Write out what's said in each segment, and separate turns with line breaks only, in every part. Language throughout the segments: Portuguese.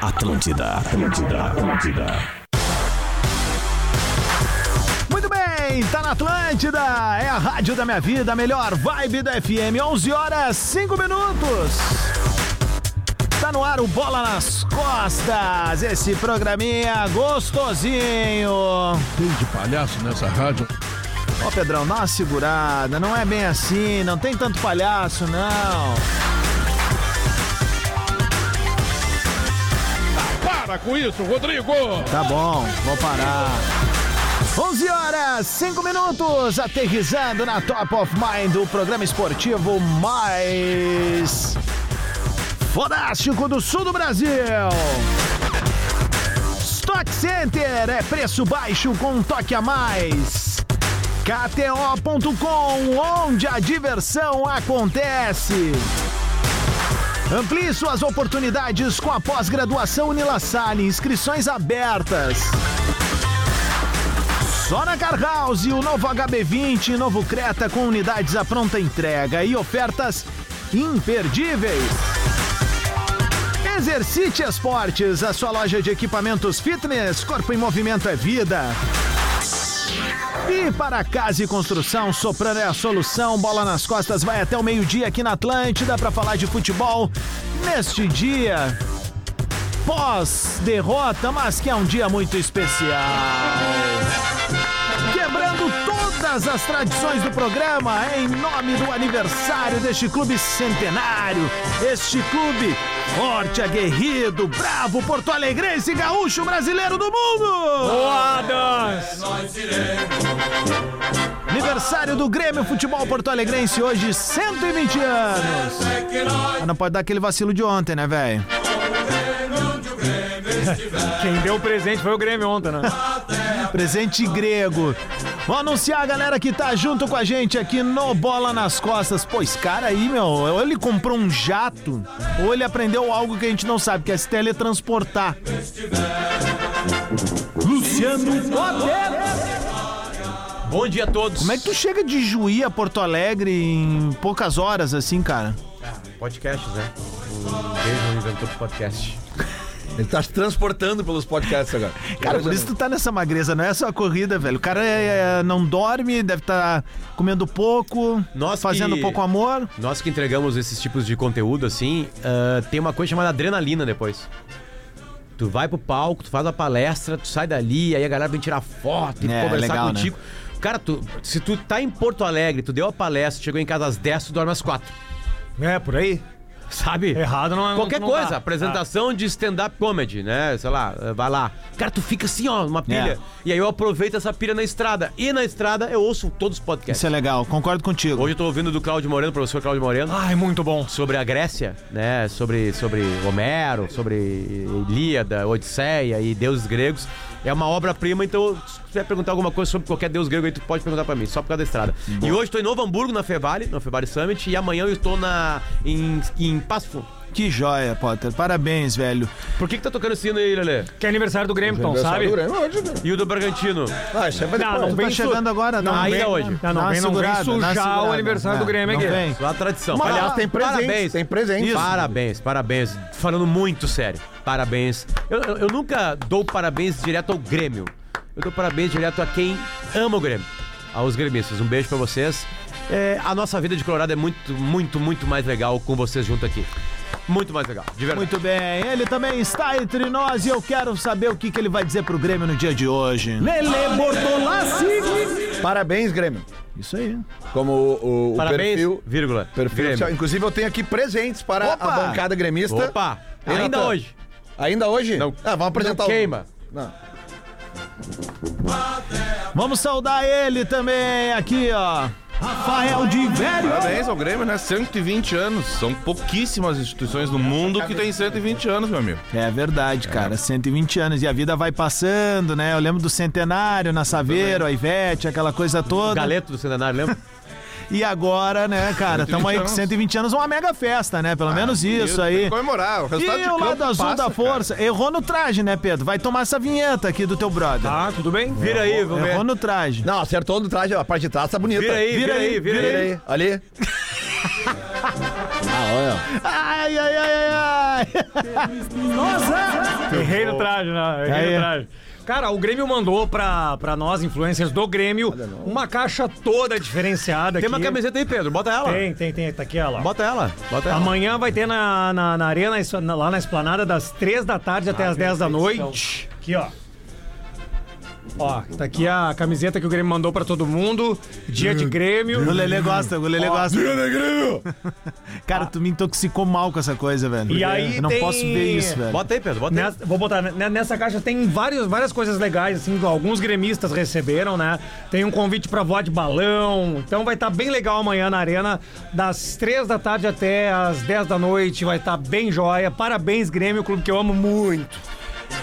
Atlântida, Atlântida, Atlântida.
Muito bem, tá na Atlântida, é a rádio da minha vida, a melhor vibe da FM, 11 horas 5 minutos. Tá no ar o Bola nas Costas, esse programinha gostosinho. Ó,
Tem de palhaço nessa rádio.
Pedrão, dá uma segurada, não é bem assim, não tem tanto palhaço, não.
Para com isso, Rodrigo!
Tá bom, vou parar. 11 horas, 5 minutos, aterrizando na Top of Mind, o programa esportivo mais fodástico do sul do Brasil. Stock Center é preço baixo com um toque a mais. KTO.com, onde a diversão acontece. Amplie suas oportunidades com a pós-graduação Unilassalle. Inscrições abertas. Só na Car House, o novo HB20 e novo Creta com unidades à pronta entrega e ofertas imperdíveis. Exercite Esportes, a sua loja de equipamentos fitness, corpo em movimento é vida. E para casa e construção, Soprano é a solução. Bola nas costas vai até o meio-dia aqui na Atlântida para falar de futebol neste dia pós-derrota, mas que é um dia muito especial. Quebrando todas as tradições do programa em nome do aniversário deste clube centenário. Este clube forte, aguerrido, bravo, porto-alegrense, gaúcho, brasileiro do mundo! Aniversário do Grêmio Futebol Porto Alegrense hoje, 120 anos. Mas não pode dar aquele vacilo de ontem, né, velho?
Quem deu o presente foi o Grêmio ontem, né?
Presente grego. Vou anunciar a galera que tá junto com a gente aqui no Bola nas Costas. Pô, esse cara aí, meu, ou ele comprou um jato, ou ele aprendeu algo que a gente não sabe, que é se teletransportar. Luciano
Bom dia a todos.
Como é que tu chega de Juí a Porto Alegre em poucas horas, assim, cara?
Podcasts, né? O Grêmio inventou o podcast.
Ele tá se transportando pelos podcasts agora.
Cara, por isso tu tá nessa magreza, não é só a corrida, velho. O cara é, é, não dorme, deve estar comendo pouco,
Nós
fazendo
que-
pouco amor.
Nós que entregamos esses tipos de conteúdo, assim, ah, tem uma coisa chamada adrenalina depois. Tu vai pro palco, tu faz a palestra, tu sai dali, aí a galera vem tirar foto e
É,
conversar
legal,
contigo. Cara, tu, se tu tá em Porto Alegre, tu deu a palestra, chegou em casa às 10, tu dorme às 4.
É, por aí.
Sabe?
Errado não é.
Qualquer
não
coisa,
dá.
apresentação de stand-up comedy, né? Sei lá, eh, vai lá. Cara, tu fica assim, ó, numa
É.
pilha. E aí eu aproveito essa pilha na estrada. E na estrada eu ouço todos os podcasts.
Isso é legal, concordo contigo.
Hoje eu tô ouvindo do Claudio Moreno, professor Claudio Moreno,
Ai, muito bom.
sobre a Grécia, né? Sobre, sobre Homero, sobre Ilíada, Odisseia e deuses gregos. É uma obra-prima, então se quiser perguntar alguma coisa sobre qualquer deus grego aí, tu pode perguntar pra mim, só por causa da estrada. E hoje tô em Novo Hamburgo, na Fevale, na Fevale Summit, e amanhã eu estou na, em, em Passo Fundo.
Que joia, Potter. Parabéns, velho.
Por que que tá tocando sino aí, Lelê?
Que é aniversário do Grêmio, então, sabe?
E o do Bragantino?
Ah, isso é
Não, não
Tu
vem
tá chegando agora,
não,
vem,
ainda hoje.
Não,
Dá
não
uma
vem- não vem
segurada, dá uma
sujar o
segurada.
aniversário do Grêmio
não
aqui.
vem.
Só a tradição.
Mas-
Aliás,
tem presente,
Parabéns.
tem presente.
Isso. Parabéns, parabéns. Falando muito sério. Parabéns. Eu, eu- eu nunca dou parabéns direto ao Grêmio. Eu dou parabéns direto a quem ama o Grêmio. Aos gremistas. Um beijo pra vocês. É, a nossa vida de Colorado é muito, muito, muito mais legal com vocês junto aqui. Muito mais legal, de verdade.
Muito bem, ele também está entre nós e eu quero saber o que, que ele vai dizer pro Grêmio no dia de hoje.
Lele Bortolassi! Parabéns, Grêmio.
Isso aí.
Como o, o- o
Parabéns,
perfil.
vírgula.
perfil
Grêmio.
oficial. Inclusive, eu tenho aqui presentes para
Opa!
a bancada gremista.
Opa,
E,
ainda
Natan?
hoje.
Ainda hoje?
Não.
Ah, vamos apresentar
Não
o-
queima.
Não.
Vamos saudar ele também aqui, ó. Rafael de Velho.
Parabéns ao Grêmio, né? 120 anos. São pouquíssimas instituições no mundo que tem 120 anos, meu amigo.
É verdade, cara. 120 anos e a vida vai passando, né? Eu lembro do centenário na Saveiro, a Ivete, aquela coisa toda.
Galeto do Centenário, lembra?
E agora, né, cara?
120
Estamos aí com
anos.
120 anos, uma mega festa, né? Pelo menos isso
Tem que
aí.
Comemorar. O
E
resultado de
o
campo
lado azul
passa,
da
cara.
força. Errou no traje, né, Pedro? Vai tomar essa vinheta aqui do teu brother.
Tá, tudo bem?
Vira aí, Ah, vamos ver.
Errou no traje.
Não, acertou no traje, a parte de trás tá bonita.
Vira aí, vira aí, vira aí.
Olha aí. ah, olha.
Ai, ai, ai, ai, Ai.
Errei no traje, não. Errei
Aí.
no traje. Cara, o Grêmio mandou pra, pra nós, influencers do Grêmio, uma caixa toda diferenciada
Tem
aqui.
uma camiseta aí, Pedro. Bota ela.
Tem, tem, tem. Tá aqui, ó lá.
Bota ela. Bota ela.
Amanhã vai ter na, na, na arena, isso- na- lá na esplanada, das 3 da tarde até as 10 da noite. Aqui, ó. Ó, tá aqui a camiseta que o Grêmio mandou pra todo mundo. Dia de Grêmio.
O Lelê gosta, o Lelê gosta. Cara, tu me intoxicou mal com essa coisa, velho.
E aí
Eu não
tem-
posso ver isso, velho.
Bota aí, Pedro. Bota aí.
Nessa- vou botar né, nessa caixa tem vários, várias coisas legais assim alguns gremistas receberam né tem um convite pra voar de balão então vai estar bem legal amanhã na arena das três da tarde até as 10 da noite vai estar bem joia parabéns Grêmio clube que eu amo muito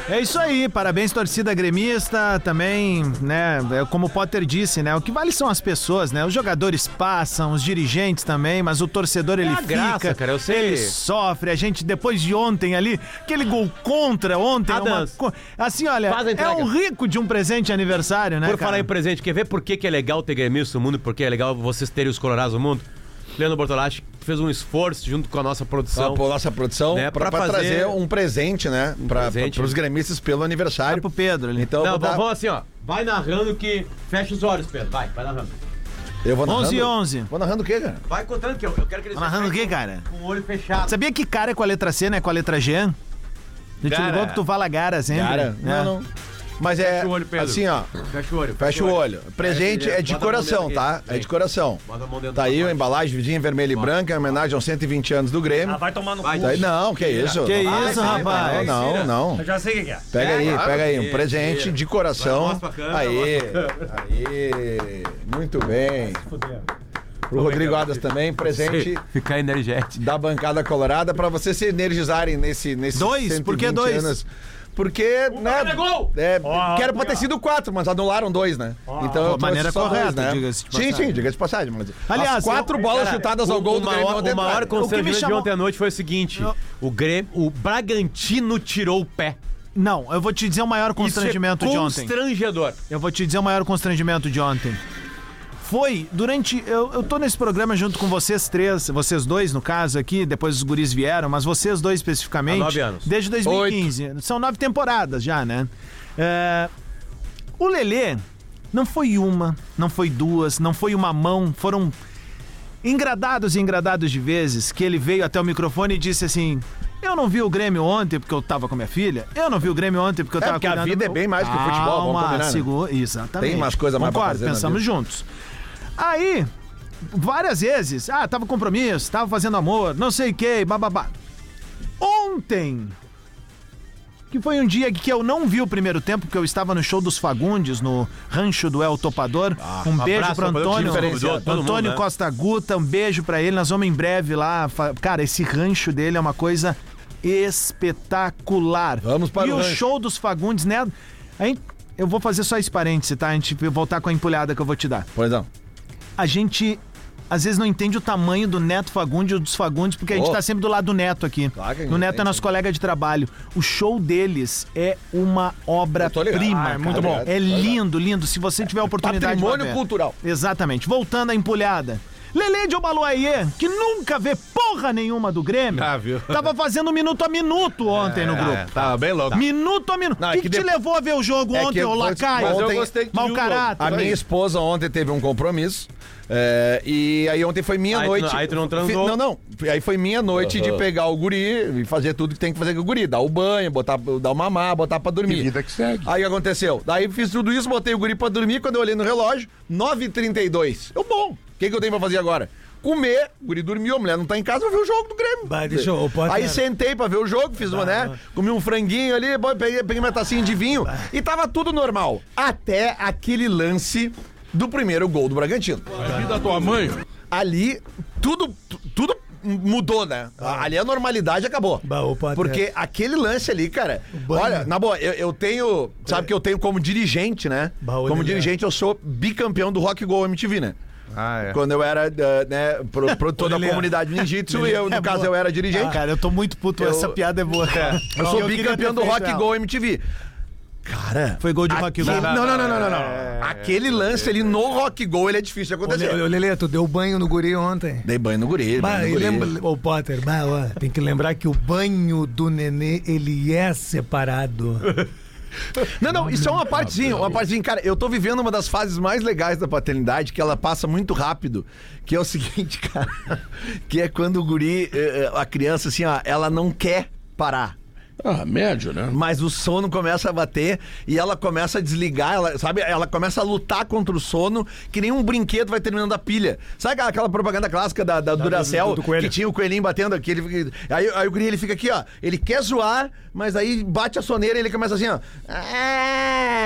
É isso aí, parabéns torcida gremista, também, né, é como o Potter disse, né, o que vale são as pessoas, né, os jogadores passam, os dirigentes também, mas o torcedor ele
É a
fica,
graça, cara, eu sei.
ele sofre, a gente depois de ontem ali, aquele gol contra ontem, é uma,
Adams,
co- assim, olha,
faz a
é
entrega.
um rico de um presente de aniversário, né,
Por falar
cara?
em presente, quer ver por que, que é legal ter gremista no mundo e por que é legal vocês terem os colorados no mundo? Leandro Bortolatti fez um esforço junto com a nossa produção.
a nossa produção
Então, Né, pra
pra, pra
fazer-
trazer um presente, né? Pra,
presente.
Para os gremistas pelo
É
aniversário.
pro Pedro ali.
Então eu
Não,
vou, dar,
vamos assim, ó. Vai narrando que. Fecha os olhos, Pedro. Vai, vai narrando.
eu vou narrando.
11 e 11.
Vou narrando o quê, cara?
Vai contando que eu, eu quero que eles.
Narrando o quê,
fechem
cara?
Com o olho fechado.
Sabia que cara é com a letra C, né, com a letra G? A gente
Cara.
ligou que tu fala gara sempre.
Cara,
né?
não, não. Mas é
o olho, Pedro.
assim, ó.
Fecha o olho.
Fecha o olho. Presente é
Bota a
de
mão
coração,
dentro
tá?
aqui.
É de coração.
Bota a mão dentro
Tá
da
aí a
parte.
embalagem vidinha vermelha e branca, em homenagem aos 120 anos do Grêmio.
ah, vai tomar no
Vai,
cu
Tá aí- não, que isso?
Que
Não,
isso,
não,
rapaz?
Não, não.
eu já sei o que que é
Pega aí,
claro
pega aí. Um
que-
presente de
Vai,
coração.
mostra pra câmera,
Aí,
mostra
aí. Muito bem. Pro Rodrigo Adas também, presente
Ficar energético.
da bancada colorada pra vocês se energizarem nesse nesse
Dois?
120
Por que dois?
anos. Porque,
Um
né? É,
Ó,
que era pra
aqui,
ter
ó.
sido quatro, mas anularam dois, né? Então, eu
Pô, maneira
trouxe só
correta,
dois,
diga-se de
Sim,
passagem.
sim, diga de passagem. Mas...
Aliás,
As quatro
eu-
bolas
cara,
chutadas ao gol do
uma
Grêmio
hora,
ontem
o maior
entraram.
constrangimento
chamou-
de ontem à noite foi o seguinte: o, Grêmio, o Bragantino tirou o pé.
Não, eu vou te dizer o maior constrangimento
Isso é
de ontem.
Constrangedor.
Eu vou te dizer o maior constrangimento de ontem. Foi durante. Eu, eu tô nesse programa junto com vocês três, vocês dois, no caso, aqui, depois os guris vieram, mas vocês dois especificamente.
Há nove anos.
Desde 2015. São nove temporadas já, né? É, o Lelê não foi uma, não foi duas, não foi uma mão, foram engradados e engradados de vezes que ele veio até o microfone e disse assim. Eu não vi o Grêmio ontem porque eu tava com a minha filha. Eu não vi o Grêmio ontem porque eu
É,
tava
porque a
cuidando
vida
do-
é bem mais que o futebol, vamos
Calma,
combinar, né?
segura- Exatamente.
Tem umas coisas mais pra
Concordo,
fazer na
pensamos juntos. Aí, várias vezes, ah, tava compromisso, tava fazendo amor, não sei o que, bababá. Ontem, que foi um dia que eu não vi o primeiro tempo, porque eu estava no show dos Fagundes, no Rancho do El Topador.
Ah,
um beijo
abraço,
pro
Topador,
Antônio,
que diferenciou todo mundo,
Antônio
né?
Costa Guta, um beijo pra ele. Nós vamos em breve lá. fa- Cara, esse rancho dele é uma coisa espetacular.
Vamos para
e
o
o
rancho.
show dos Fagundes, né? A gente- eu vou fazer só esse parêntese, tá? A gente eu voltar com a empulhada que eu vou te dar.
Pois não.
A gente às vezes não entende o tamanho do Neto Fagundes ou dos Fagundes, porque a gente
Oh.
tá sempre do lado do Neto aqui.
Claro que a gente
o Neto é
entende.
nosso colega de trabalho. O show deles é uma
tô ligado.
obra-prima.
Ah, é
cara.
muito bom. É
É lindo, lindo. Se você tiver a oportunidade.
Patrimônio
vai ver.
cultural.
Exatamente. Voltando à empolhada. Lele de Obaluaiê, que nunca vê porra nenhuma do Grêmio,
Ah, viu?
tava fazendo minuto a minuto ontem no grupo.
É, tava bem louco.
Minuto a minuto. O
Não, é
que,
que
que te
depois-
levou a ver o jogo
É que
ontem, ô
eu-
Lacaio?
mas eu
Ontem,
gostei que tu
Mau
viu o jogo.
caráter.
A minha esposa ontem teve um compromisso. é, e aí ontem foi minha
Aí tu-
noite.
aí tu não transou?
Fi- Não, não. Aí foi minha noite de pegar o guri e fazer tudo que tem que fazer com o guri. Dar o banho, botar, dar o mamar, botar pra dormir.
vida que segue.
Aí o que aconteceu? Daí fiz tudo isso, botei o guri pra dormir. Quando eu olhei no relógio, 9h32. Eu, bom, o que, que eu tenho pra fazer agora? Comer, o guri dormiu, a mulher não tá em casa, vou ver o jogo do Grêmio.
Bah, deixa eu- pode-
Aí sentei pra ver o jogo, fiz uma, né? Comi um franguinho ali, bo- peguei, peguei minha tacinha de vinho e tava tudo normal. Até aquele lance do primeiro gol do Bragantino.
Aqui da tua mãe.
Ali, tudo, tudo mudou, né?
Ah.
Ali a normalidade acabou.
Bah, ô, Potter.
Porque aquele lance ali, cara. Olha, na boa, eu, eu tenho.
É.
Sabe que eu tenho como dirigente, né?
Bah, ô,
como
Lelé.
dirigente, eu sou bicampeão do Rock Go MTV, né?
Ah, é.
Quando eu era, eh, né, pro, produtor da
Lelé.
comunidade ninjitsu, e eu, no
É
caso,
boa.
eu era dirigente. É.
Cara, eu tô muito puto,
Eu-
essa piada é boa.
Eu sou bicampeão do Rock Go MTV. Cara.
Foi gol de Rock É. Gol.
Não, não, não, não, não, não, não. Aquele lance ali no rock gol, ele é difícil de
Ô,
acontecer.
Le- ô, Lelê, tu deu banho no guri ontem.
Dei banho no guri.
Bah,
banho
e
no guri.
lembra, ô Potter, bah, ó, tem que lembrar que o banho do nenê, ele é separado.
Não, não, isso é uma partezinha, uma partezinha. Cara, eu tô vivendo uma das fases mais legais da paternidade, que ela passa muito rápido, que é o seguinte, cara, que é quando o guri, eh, eh, a criança, assim, ó, ela não quer parar.
Ah, médio, né?
Mas o sono começa a bater e ela começa a desligar, ela, sabe? Ela começa a lutar contra o sono, que nem um brinquedo vai terminando a pilha. Sabe aquela, aquela propaganda clássica da, da Duracell,
do- do coelho.
que tinha o coelhinho batendo aqui? Ele, aí, aí o guri ele fica aqui, ó. Ele quer zoar, mas aí bate a soneira e ele começa assim, ó.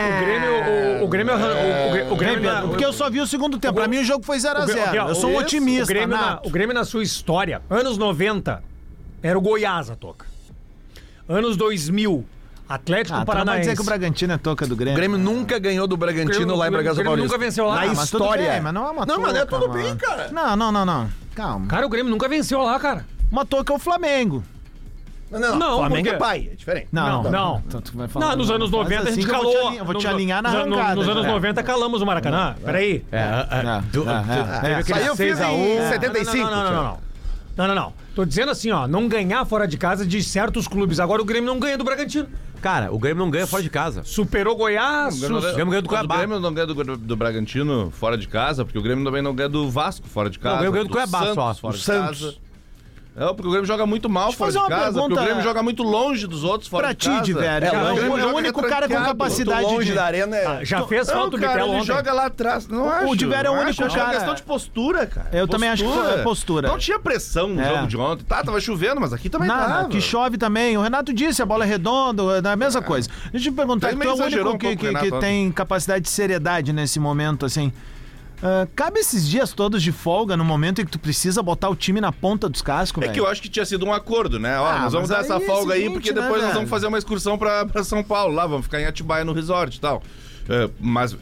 O Grêmio. O, o Grêmio. arran- O, o, o Grêmio. na-
Porque eu só vi o segundo tempo. Pra mim o jogo foi
o Grêmio-
0x0.
aqui, ó,
Eu sou um
esse-
otimista, né?
O Grêmio, na,
nato.
o Grêmio, na sua história, anos 90, era o Goiás a toca. Anos 2000,
Ah,
Atlético
tu não vai
Paranaense.
dizer que o Bragantino é toca do Grêmio.
O Grêmio nunca ganhou do Bragantino
Grêmio-
lá em
Grêmio-
Bragança
Grêmio
Paulista.
nunca venceu lá.
Na
Ah,
mas tudo
história.
bem, mas não é uma
Não, mas não é
touca,
tudo
mano.
bem, cara.
Não, não, não, não. Calma.
Cara, o Grêmio nunca venceu lá, cara.
Uma toca é o Flamengo.
Não, não,
Não,
Flamengo
por quê?
é pai, é diferente.
Não,
Não, não.
Então tu vai falar-
Não, nos anos
Faz
90 a
assim
gente
que eu vou
calou.
te alinhar- Vou te
Nos-
alinhar na
nos-
arrancada.
Nos anos
já.
90 calamos o Maracanã. Peraí.
É, é, do-
É, é, é.
teve aquele
Saiu fiz
6 a 1.
em 75.
Não, não, não, não, não. Não, não, não. Tô dizendo assim, ó, não ganhar fora de casa de certos clubes. Agora o Grêmio não ganha do Bragantino.
Cara, o Grêmio não ganha fora de casa.
Superou Goiás,
Quando
su-
Grêmio ganhou do
quando
Cuiabá.
O Grêmio não ganha do, do Bragantino fora de casa, porque o Grêmio também não ganha do Vasco fora de casa.
Não, o Grêmio ganhou do Cuiabá
Santos
só.
Fora de
Santos.
casa. É, porque o Grêmio joga muito mal fora
fazer
de
uma
casa, porque
pergunta
o Grêmio joga muito longe dos outros fora
Pra
de
ti,
casa.
velho.
É,
Cara,
longe,
o-
ele
é o
joga
único cara com
tranqueado,
capacidade
muito
de...
longe da arena. é-
já fez
Não,
falta o
cara,
Bitelo
ele
ontem.
joga lá atrás. Não
O- o
acho.
Tiver é o
não
único
acho,
cara-
É questão de postura, cara.
Eu também acho que é postura.
Não tinha pressão no
É.
jogo de ontem. Tá, tava chovendo, mas aqui também
Nada,
tava.
que chove também. O Renato disse, a bola é redonda, é a mesma coisa. Deixa eu te perguntar,
Ele
tu é o
meio exagerou
único
um
que,
pouco,
que-
Renato,
que
ontem.
tem capacidade de seriedade nesse momento, assim. Ah, cabe esses dias todos de folga no momento em que tu precisa botar o time na ponta dos cascos,
É que eu acho que tinha sido um acordo, né? Ó,
Ah,
nós vamos
mas
dar essa
aí é
folga aí,
seguinte,
porque
né,
depois nós
velho?
vamos fazer uma excursão pra, pra São Paulo lá, vamos ficar em Atibaia no resort e tal. É, mas é,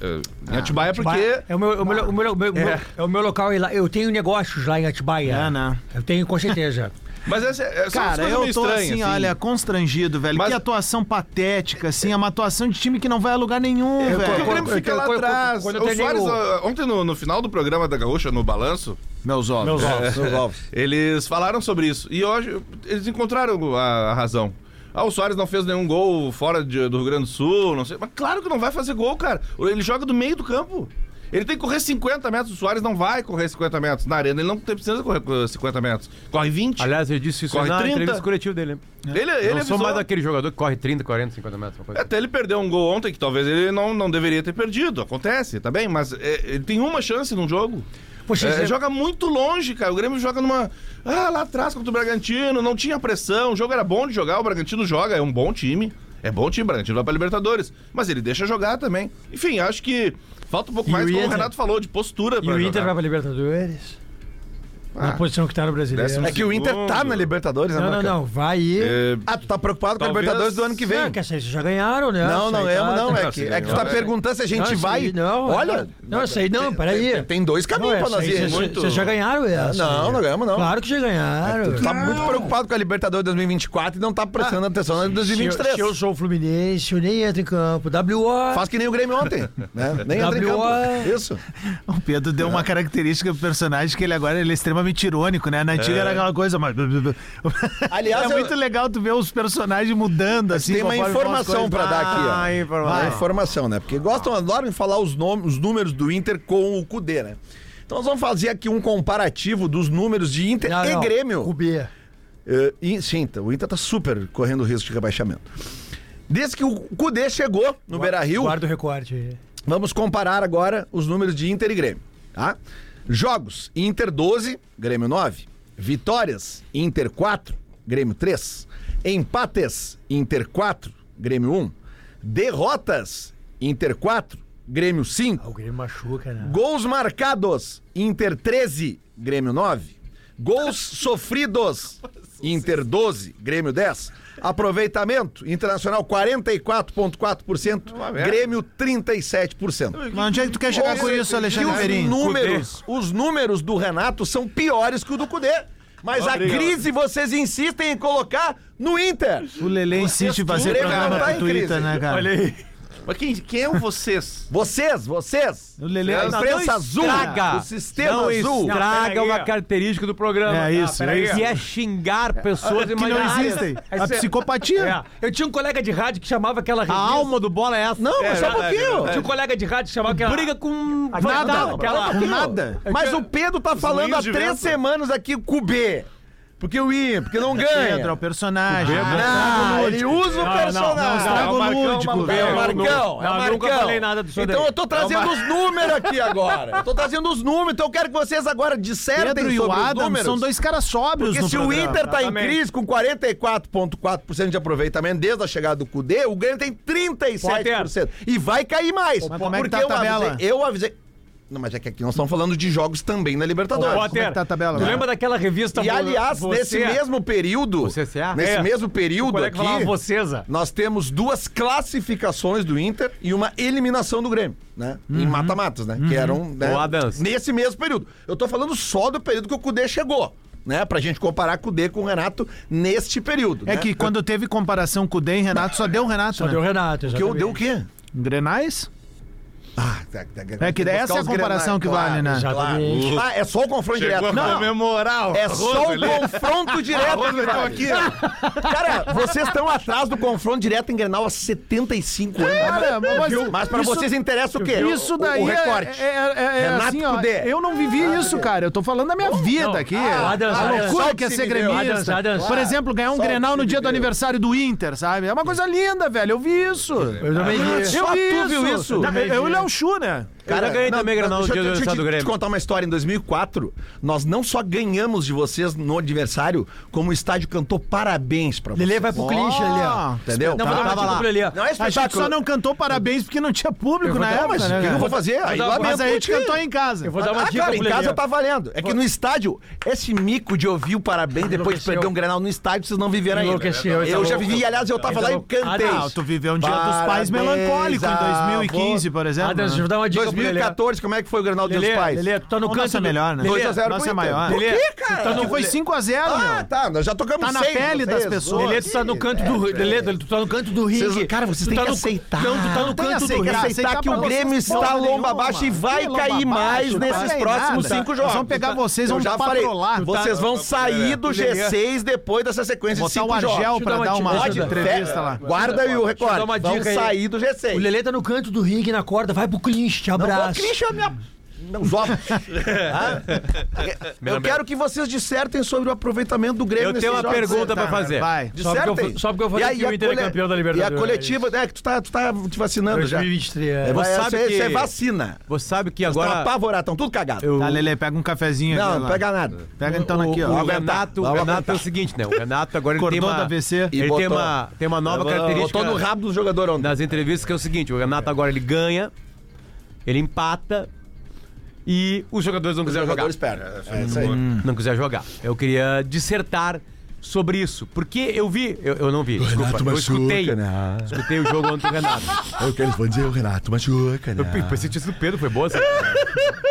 Ah,
em Atibaia porque.
É o meu, o meu, o meu, o meu- é o meu local aí lá. Eu tenho negócios lá em Atibaia.
É, né?
Eu tenho com certeza.
Mas essa, é- são umas
Cara,
coisas
eu
meio
tô
estranhas,
assim, olha, constrangido, velho.
Mas-
Que atuação patética, assim, é uma atuação de time que não vai a lugar nenhum,
Porque o
velho.
Grêmio fica lá
quando- quando-
atrás.
quando eu
O
terminei
Soares,
o-
ah, ontem no, no final do programa da Gaúcha, no Balanço,
Meus ovos. Meus ovos.
eles falaram sobre isso. E hoje eles encontraram a, a razão. Ah, o Soares não fez nenhum gol fora de- do Rio Grande do Sul, não sei. Mas claro que não vai fazer gol, cara. Ele joga do meio do campo. Ele tem que correr 50 metros. O Soares não vai correr 50 metros. Na arena ele não tem- precisa correr 50 metros. Corre 20.
Aliás, ele disse isso
Corre
na
30.
entrevista coletiva dele. né?
ele ele
não
avisou.
sou mais aquele jogador que corre 30, 40, 50 metros. Uma coisa assim.
Até ele perdeu um gol ontem que talvez ele não, não deveria ter perdido. Acontece, tá bem? Mas é, ele tem uma chance num jogo.
Poxa,
É,
você-
joga muito longe, cara. O Grêmio joga numa. Ah, lá atrás contra o Bragantino, não tinha pressão. O jogo era bom de jogar, o Bragantino joga, é um bom time. É bom time, o Bragantino vai pra Libertadores. Mas ele deixa jogar também. Enfim, acho que falta um pouco
E
mais,
o
como o
Inter?
Renato falou, de postura.
E o Inter vai
jogar.
pra Libertadores? Na posição que tá no brasileiro.
décimo
É que o Inter tá na Libertadores, né,
Não, não,
Marcão?
não. Vai aí.
É,
Ah, tu tá preocupado com a
Talvez-
Libertadores do ano que vem.
Não, que essa aí vocês já ganharam, né?
Não,
Essa
não,
aí
eu
tá-
não. É
Não,
que,
sim,
é que
não,
tu tá
é.
perguntando se a
Não,
gente
essa
vai.
aí não,
Olha.
Não, essa aí não, peraí.
Tem, tem dois caminhos pra
essa
nós
aí
ir.
é, vocês-
muito-
Vocês já ganharam essa.
Não, não ganhamos, não.
Claro que já ganharam.
Tu tá muito preocupado com a Libertadores 2024 e não tá prestando atenção na
Se eu-
2023.
Se eu sou o Fluminense, eu nem entro em campo. W.O.
Faz que nem o Grêmio ontem, né? Nem entra em campo.
W.O.
Isso.
O Pedro deu
É.
uma característica pro personagem que ele agora ele é extremamente irônico, né? Na
É.
antiga era aquela coisa, mas.
Aliás,
é
eu-
muito legal tu ver os personagens mudando, assim.
Tem uma
conforme vão as
informação
coisas.
pra dar aqui, ó.
Ah,
Uma
informação.
informação, né? Porque gostam, adoram falar os, nomes, os números do Inter com o Cudê, né? Então nós vamos fazer aqui um comparativo dos números de Inter
Não,
e
não,
Grêmio.
O B.
Eh, e, sim, então, o Inter tá super correndo risco de rebaixamento. Desde que o Cudê chegou no Beira Rio,
Guarda o recorte aí.
vamos comparar agora os números de Inter e Grêmio, tá? Jogos: Inter 12, Grêmio 9. Vitórias: Inter 4, Grêmio 3. Empates: Inter 4, Grêmio 1. Derrotas: Inter 4, Grêmio 5.
Ah, O Grêmio machuca, né?
Gols marcados: Inter 13, Grêmio 9. Gols sofridos: Inter 12, Grêmio 10. Aproveitamento: Internacional 44,4%, Grêmio 37%.
Mas onde é que tu quer chegar com isso, Alexandre
E os
Ferim?
números, os números do Renato são piores que o do Cudê. Mas a crise vocês insistem em colocar no Inter.
O Lelê insiste em fazer
tudo-
programa
Grêmio não tá
pro
em crise.
Twitter, né, cara?
Olha aí.
Mas quem, quem é o vocês?
Vocês, vocês.
O Lelê
A
ainda-
imprensa
assim. não
azul.
estraga.
O sistema
não
azul.
é
estraga
Não, peraí,
uma
ó.
característica do programa.
É isso,
Ah,
é
peraí,
isso.
Que é xingar
é
pessoas
que não existem.
Aí
A
você-
psicopatia.
Ah,
É. Eu tinha um colega de rádio que chamava aquela
A
revista.
alma do bola é essa.
Não,
é,
mas só um
verdade,
pouquinho.
é
Tinha um colega de rádio que chamava aquela.
briga é com
Aquela-
vandal.
aquela-
Com nada.
Mas o Pedro tá falando há
moinhos de
três
vento.
semanas aqui com o B. Porque o I, porque não
Pedro é o
ganha.
personagem.
Ah, ele usa o personagem.
estraga o
Marcão,
lúdico.
É o
velho.
Marcão, é o
não,
Marcão.
nunca falei nada disso
então
daí.
eu tô trazendo os números aqui agora. Eu tô trazendo os números, então eu quero que vocês agora dissertem
Pedro e o
sobre os
Adam
números.
são dois caras sóbrios
Porque
no
se
programa.
o Inter tá em
Exatamente.
crise com 44,4% de aproveitamento desde a chegada do Cudê, o Grêmio tem 37%. E vai cair mais.
Mas como é que
porque
tá a
eu
tabela?
avisei. Eu avisei. Não, mas é que aqui nós estamos falando de jogos também na Libertadores.
Como é que tá a tabela?
Tu lembra daquela revista
E aliás,
Você-
nesse mesmo período,
é Você se acha?
nesse
É.
mesmo
O
período
colega
aqui,
que falava vocêsa.
nós temos duas classificações do Inter e uma eliminação do Grêmio, né?
Uhum.
Em mata-matas, né? Que eram né?
Boa dança.
nesse mesmo período. Eu tô falando só do período que o Cudê chegou, né? Pra gente comparar Cudê com o Renato neste período,
É
né?
que quando teve comparação com o Den Renato, só deu o Renato, né?
Deu Renato, já.
que eu deu o quê?
Grenais?
Ah, tá, tá, tá,
É que
tem
essa é
buscar
a
os
comparação que vale, né?
Claro.
Exatamente.
Ah, é só o confronto direto. Não,
comemorar. o
é só o
Roselê.
confronto direto
Roselê
que
tá
vale.
né? aqui.
Cara, vocês estão atrás do confronto direto em Grenal há 75 anos.
Cara, mas-
mas pra
isso-
vocês interessa o quê?
Isso
O-
daí
o
é-
recorte.
é, é- é
Renato
assim, ó,
Cudê.
Eu não vivi isso, cara. Eu tô falando da minha vida aqui.
Adam,
a
Adam,
loucura
solta
que é
esse
ser
nível,
gremista.
Adam, Adam.
Por exemplo, ganhar um
Solta
Grenal no
esse
dia do
nível.
aniversário do Inter, sabe? É uma coisa linda, velho. Eu vi isso. Eu
também vi. Só tu viu isso?
Eu eu e o Léo Xu, né?
Cara, eu ganhei
É. não,
também
não,
Grenal no
deixa
dia do
eu- deixa eu
aniversário do
te-
Grêmio.
te contar uma história. Em 2004, nós não só ganhamos de vocês no adversário, como o estádio cantou parabéns pra vocês.
Lelê vai pro clinch ali, ó.
Ó,
Entendeu?
Não, vou dar uma
Tava lá.
dica ali, ó.
Não é
A gente só
espetáculo.
não cantou parabéns porque não tinha público na
Não,
época,
mas o
né?
que eu
cara?
vou fazer? Aí
dar uma-
lamento
Mas aí a gente
que-
cantou em casa.
Eu vou dar uma
ah,
dica
cara,
pro
em
Lelê.
casa tá valendo. É que no estádio, esse mico de ouvir o parabéns depois de perder um granal no estádio, vocês não viveram ainda.
Enlouqueceu,
Eu
tá
já
louco.
vivi, aliás, eu tava
Tá
lá e
louco.
cantei.
Ah, tu viveu um dia dos
Parabéns,
pais melancólico em 2015, por
Ah,
exemplo.
Adam, deixa eu
né?
dar uma dica pro Lelê.
2014, como é que foi o granal dos
Lelê,
pais?
Lelê, tu tá no
Nossa,
canto.
é
do-
melhor, né?
Lelê,
2x0
Nossa,
pro
é
Inter.
maior.
Por
Lelê,
que, cara? Tipo
Então que foi 5x0,
Ah,
meu.
tá, nós já tocamos
Tá na
seis,
pele das
vocês,
pessoas.
dois.
Lelê, tu tá no canto do Lelê, tu tá no canto do ringue.
é, Vocês- cara, vocês
Tu
têm
tá
que
no-
aceitar.
Não, tu tá
Tem
no canto do
Tem que
aceitar,
ringue.
aceitar que
pra
o Grêmio
vocês
está
porra
lomba
nenhuma.
abaixo e vai
Que lomba
cair
abaixo,
mais
não
nesses
vai
próximos
nada.
cinco
Nós
jogos.
vamos pegar vocês,
Eu
vamos
já falei,
patrolar.
tá Vocês
Tá,
vão sair do G6 depois dessa sequência de
Botar
cinco
o Argel
jogos.
pra
eu
dar
dar uma
uma
dica. Pode?
entrevista lá.
Guarda aí o
tá
eu dar uma
recorde. Vão
dica aí.
sair do G6.
O Lelê tá no canto do ringue na corda, vai pro clinch, te
Não,
abraço.
Cristian, minha... Meus ovos. Ah, eu quero que vocês dissertem sobre o aproveitamento do Grêmio
Eu tenho uma
jogos.
pergunta pra
Tá,
fazer.
Vai.
Dissertem.
Só porque eu- só porque eu falei
E aí,
que o
a
Inter é
cole-
campeão da Libertadores.
E a coletiva... É, que tu tá, tu tá te vacinando já.
2023.
É, vai-
Você sabe
você-
que-
Você vacina.
Você sabe que
Agora... Estão
agora...
apavorados, estão tudo cagados.
eu-
Tá, Lelê, pega um cafezinho
Não,
aqui,
não
lá.
pega nada.
Pega então aqui,
O,
ó.
Vamos aguentar,
Renato, o
vamos
Renato
aguentar.
é o seguinte, né? O Renato agora ele tem
Acordou
uma...
do AVC.
E
Ele tem
botou.
uma, tem uma nova característica
Botou no rabo do jogador ontem.
nas entrevistas que é o seguinte, o Renato agora ele ganha, ele empata e os jogadores não quiseram jogar.
Jogadores perdem. É isso aí.
Não quiser jogar. Eu queria dissertar sobre isso, porque eu vi, eu, eu não vi, desculpa, eu escutei,
né?
escutei o jogo ontem do Renato.
Eu quero dizer, o Renato machuca, né?
Eu pe- pensei que tinha sido o Pedro, foi boa essa.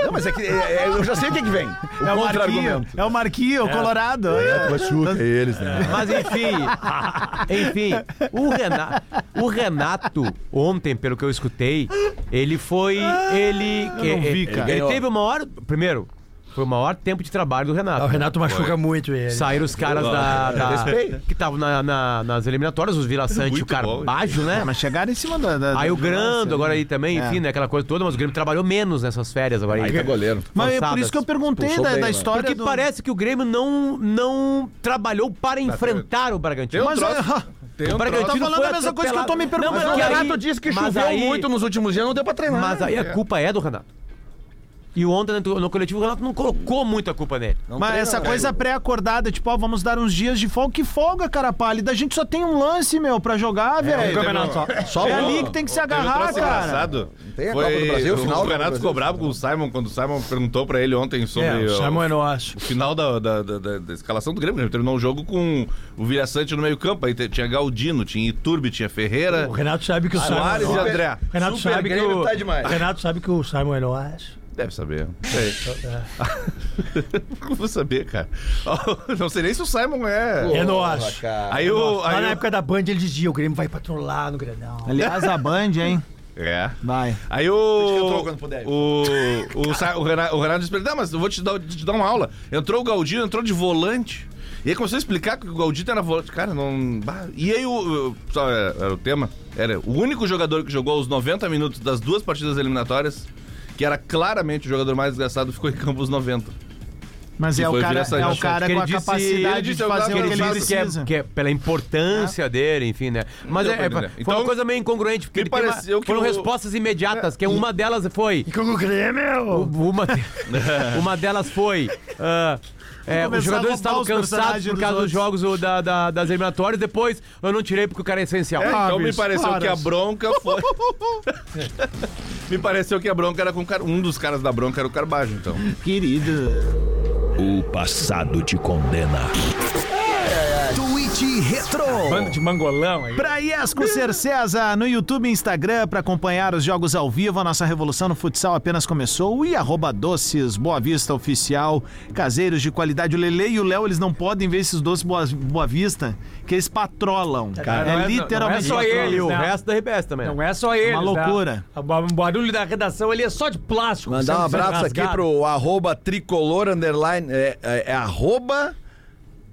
Não, mas é que é, é, eu já sei o que, que vem. O
É o Marquinho,
contra-argumento. É
é o Marquinho, o Colorado.
Renato machuca eles, né?
Mas enfim, enfim, o Renato, o Renato ontem, pelo que eu escutei, ele foi, ele,
não vi,
ele-
cara.
ele teve o maior, primeiro, foi o maior tempo de trabalho do
Ah,
Renato.
O Renato machuca muito ele.
Saíram os caras da, da-
Respeito.
que estavam na- na- nas eliminatórias, os Vila Sante e o
Muito bom,
Carbajo, né?
Mas chegaram em cima da. da-
Aí o
da-
Grando agora aí também,
É.
enfim, né? Aquela coisa toda, mas o Grêmio trabalhou menos nessas férias agora aí.
tá goleiro.
Mas é por
Forçadas. Tipo,
isso que eu perguntei
Expulsou
da,
bem,
da
né?
história.
Porque
do- Tá,
parece que o Grêmio não, não trabalhou para
um
enfrentar o Bragantino.
Mas,
troço.
ó,
Tem um
o Bragantino
tá falando
foi
a mesma coisa que eu
atropelado.
tô me perguntando.
Não, mas
O
que aí-
Renato disse que
mas
choveu
aí-
muito nos últimos dias, não deu pra treinar.
Mas aí a culpa é do Renato. E ontem no no coletivo o Renato não colocou muito a culpa nele.
Não
Mas
treina,
essa
né?
coisa pré-acordada, tipo, ó, vamos dar uns dias de folga. Que folga, cara pálida. A gente só tem um lance, meu, pra jogar, velho.
Só
É
um.
ali que tem que se
Teve um
agarrar,
troço
cara.
engraçado.
Tem a
Foi-
Copa do Brasil,
o
final da Copa do
Renato ficou
Brasil.
brabo com o Simon quando o Simon perguntou pra ele ontem sobre
É, o
ó,
Simon é nosso.
o final da, da- da- da- da escalação do Grêmio. O Grêmio terminou o jogo com o Vira Sante no meio-campo. Aí te- tinha Galdino, tinha Iturbe, tinha Ferreira,
O Renato sabe que o Simon
é
Soares e André.
Renato
Super
sabe que
Grêmio
o
tá demais.
Renato sabe que o Simon é nosso.
Deve saber. Não sei. Como vou saber, cara? Não sei nem se o Simon é.
É nosso.
cara.
Aí o.
Lá
Aí
na
o-
é
época da Band ele dizia, o Grêmio vai patrolar no Grenal.
Aliás, a Band, hein?
É.
Vai.
Aí o.
que entrou quando puder.
O, o, Sa- o Renato, o Renato disse pra ele: "Não, mas eu vou te dar, te dar uma aula. Entrou o Galdino, entrou de volante. E aí começou a explicar que o Galdino era volante. Cara, não. bah. E aí o. Só é, era, era o tema. Era o único jogador que jogou os 90 minutos das duas partidas eliminatórias, que era claramente o jogador mais desgastado, ficou em campo os 90.
Mas
E
é o
foi
cara,
essa
é o
resposta.
cara
Que
com
ele
a
disse-
capacidade
ele disse,
de
eu
fazer
tava-
o que
eu
ele
tava-
que é,
precisa.
que é pela importância dele, enfim, né? Mas
deu
é,
pra
é,
entender.
foi
Então,
uma coisa meio incongruente, porque
me
ele tem uma-
pareceu que
foram
o-
respostas imediatas, que uma delas foi.
Que o Grêmio!
Uma, uma delas foi. ah, é,
Começar
os
a
jogadores estavam
roubar os
cansados
personagens
por
dos
causa dos
outros.
jogos o da- da- das eliminatórias. Depois eu não tirei porque o cara é essencial.
É, então me
isso,
pareceu
claro.
que a bronca foi. me pareceu que a bronca era com o cara. Um dos caras da bronca era o Carbajo, então.
Querido.
O passado te condena.
Twitch Retro.
Bando de mangolão aí.
Pra Iesco Ser César no YouTube e Instagram pra acompanhar os jogos ao vivo, a nossa revolução no futsal apenas começou. E arroba doces, Boa Vista Oficial, caseiros de qualidade. O Lele e o Léo, eles não podem ver esses doces Boa, Boa Vista, que eles patrolam.
Cara, não
é,
é-
literalmente
não é só
patrolam.
eles,
E o
né?
resto da RBS também.
Não é só ele.
loucura.
O ba- o barulho da redação ali é só de plástico.
Mandar um
sendo- sendo
abraço aqui
rasgado.
pro arroba tricolor underline. É, é, é arroba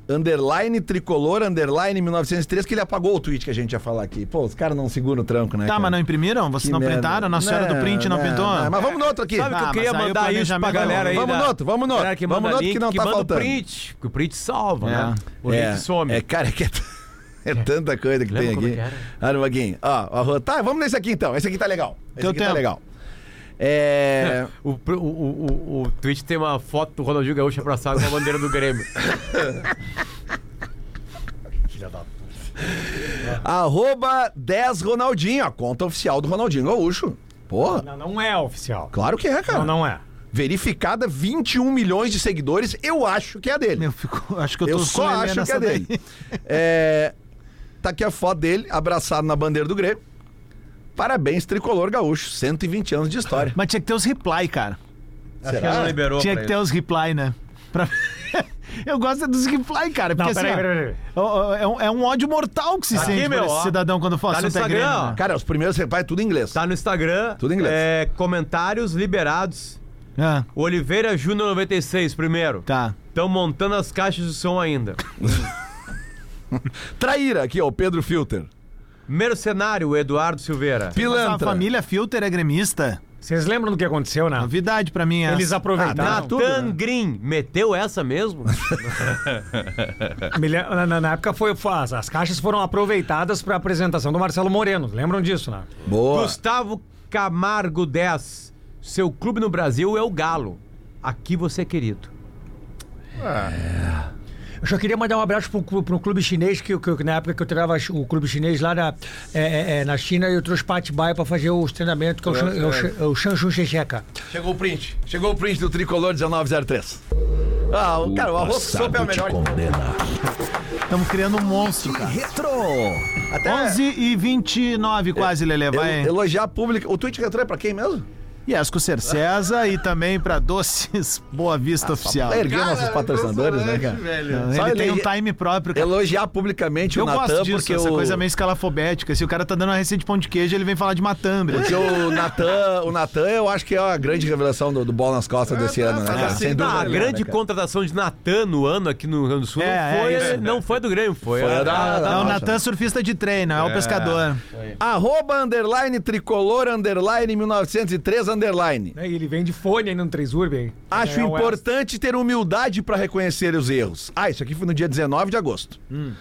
underline tricolor underline 1903, que ele apagou o tweet que a gente ia falar aqui. Pô, os caras não seguram o tranco, né?
Tá,
cara?
mas não imprimiram? Vocês
Que
não
merda.
printaram? Nossa Senhora do Print não pintou?
Mas vamos no outro aqui.
Sabe o que eu
Ah,
queria
mas aí o
mandar isso pra
planejamento-
galera aí?
Vamos
da-
no outro, vamos no outro.
galera que
Vamos
manda
no outro
link,
que não tá
manda o
faltando.
print, que o print salva, né? O
é,
link some.
É, cara, que é, t- é tanta coisa que
Lembra
tem
como
aqui.
que era?
Ah, Maguinho, ó, ó, ro- tá, vamos nesse aqui então. Esse aqui tá legal. Esse
Teu
aqui tá
tempo.
legal. É.
O, o, o, o- o Twitch tem uma foto do Ronaldinho Gaúcho abraçado com a bandeira do Grêmio.
Arroba 10 Ronaldinho, a conta oficial do Ronaldinho Gaúcho. Porra,
Não, não é oficial.
claro que é, cara.
Não, não é.
Verificada 21 milhões de seguidores, eu acho que é a dele.
Eu fico, acho que eu
Eu,
tô com
só
o Lelê
acho que
nessa
é
daí.
dele. É, tá aqui a foto dele, abraçado na bandeira do Grêmio. Parabéns, Tricolor Gaúcho, 120 anos de história.
Mas tinha que ter os reply, cara.
Ah,
Será?
liberou
tinha
pra
que
ele.
ter os reply, né? Pra- Eu gosto é dos reply, cara. Porque
Não,
assim,
peraí,
ó,
peraí, peraí.
ó, ó, É, um, é um ódio mortal que se
Aqui,
sente
meu,
por esse
ó.
cidadão quando fala
Tá no
assunto é Grêmio,
Instagram,
né?
Cara, os primeiros repais tudo em inglês.
Tá no Instagram.
Tudo em inglês.
É, comentários liberados.
Ah,
O Oliveira Júnior 96, primeiro.
tá.
Estão montando as caixas de som ainda.
Traíra aqui, ó, o Pedro Filter.
Mercenário, o Eduardo Silveira.
Mas a
Pilantra.
família Filter é gremista?
Vocês lembram do que aconteceu, né?
Novidade pra mim é.
Eles aproveitaram.
Ah, Tá
Natan
né?
Green, meteu essa mesmo?
Me lem- na, na- na época foi, foi- as, as caixas foram aproveitadas para apresentação do Marcelo Moreno. Lembram disso, né?
Boa.
Gustavo Camargo 10. Seu clube no Brasil é o Galo. Aqui você é querido.
Eu só queria mandar um abraço pro, clu- pro clube chinês, que, que- que na época que eu treinava chi- o clube chinês lá na, é, é, é, na China, eu trouxe Patibaia para fazer os treinamentos, que é o Shan- é o Shan- é o Shanshun Checheca.
Chegou o print. Chegou o print do Tricolor 1903. Ah, o cara, o arroz com sopa é o melhor.
te condena.
Estamos criando um monstro, cara.
Retro.
É.
Até
11 e 29 quase, Lele. Vai.
El- elogiar público. O tweet retro é pra quem mesmo?
Iesco Ser César e também pra Doces Boa
Ah,
Vista Oficial.
Pra erguer Tá nossos patrocinadores, né, cara? Só
Ele tem
ele-
um time próprio, cara.
Elogiar publicamente
Eu
o Natan,
gosto disso,
porque
essa
o...
coisa meio escalafobética. Se o cara tá dando uma receita de pão de queijo, ele vem falar de matambre.
Porque o Natan, o Natan, eu acho que é a grande revelação do, do bola nas costas desse ano, né?
mas
cara?
assim,
Sem
dá
dúvida
Ah, a
nenhuma,
grande
né, cara?
contratação de Natan no ano aqui no Rio Grande do Sul
É,
não, foi,
é isso.
não foi do Grêmio, foi,
Foi
a-
a da- né?
a-
da-
da-
É o
Nossa.
Natan surfista de treino, é o pescador.
Arroba, underline, tricolor, underline, 1903, underline.
Né, E ele vem de fone ainda no 3 Urb, hein?
Acho
É, o West.
importante ter humildade para reconhecer os erros. Ah, isso aqui foi no dia 19 de agosto.
Hum.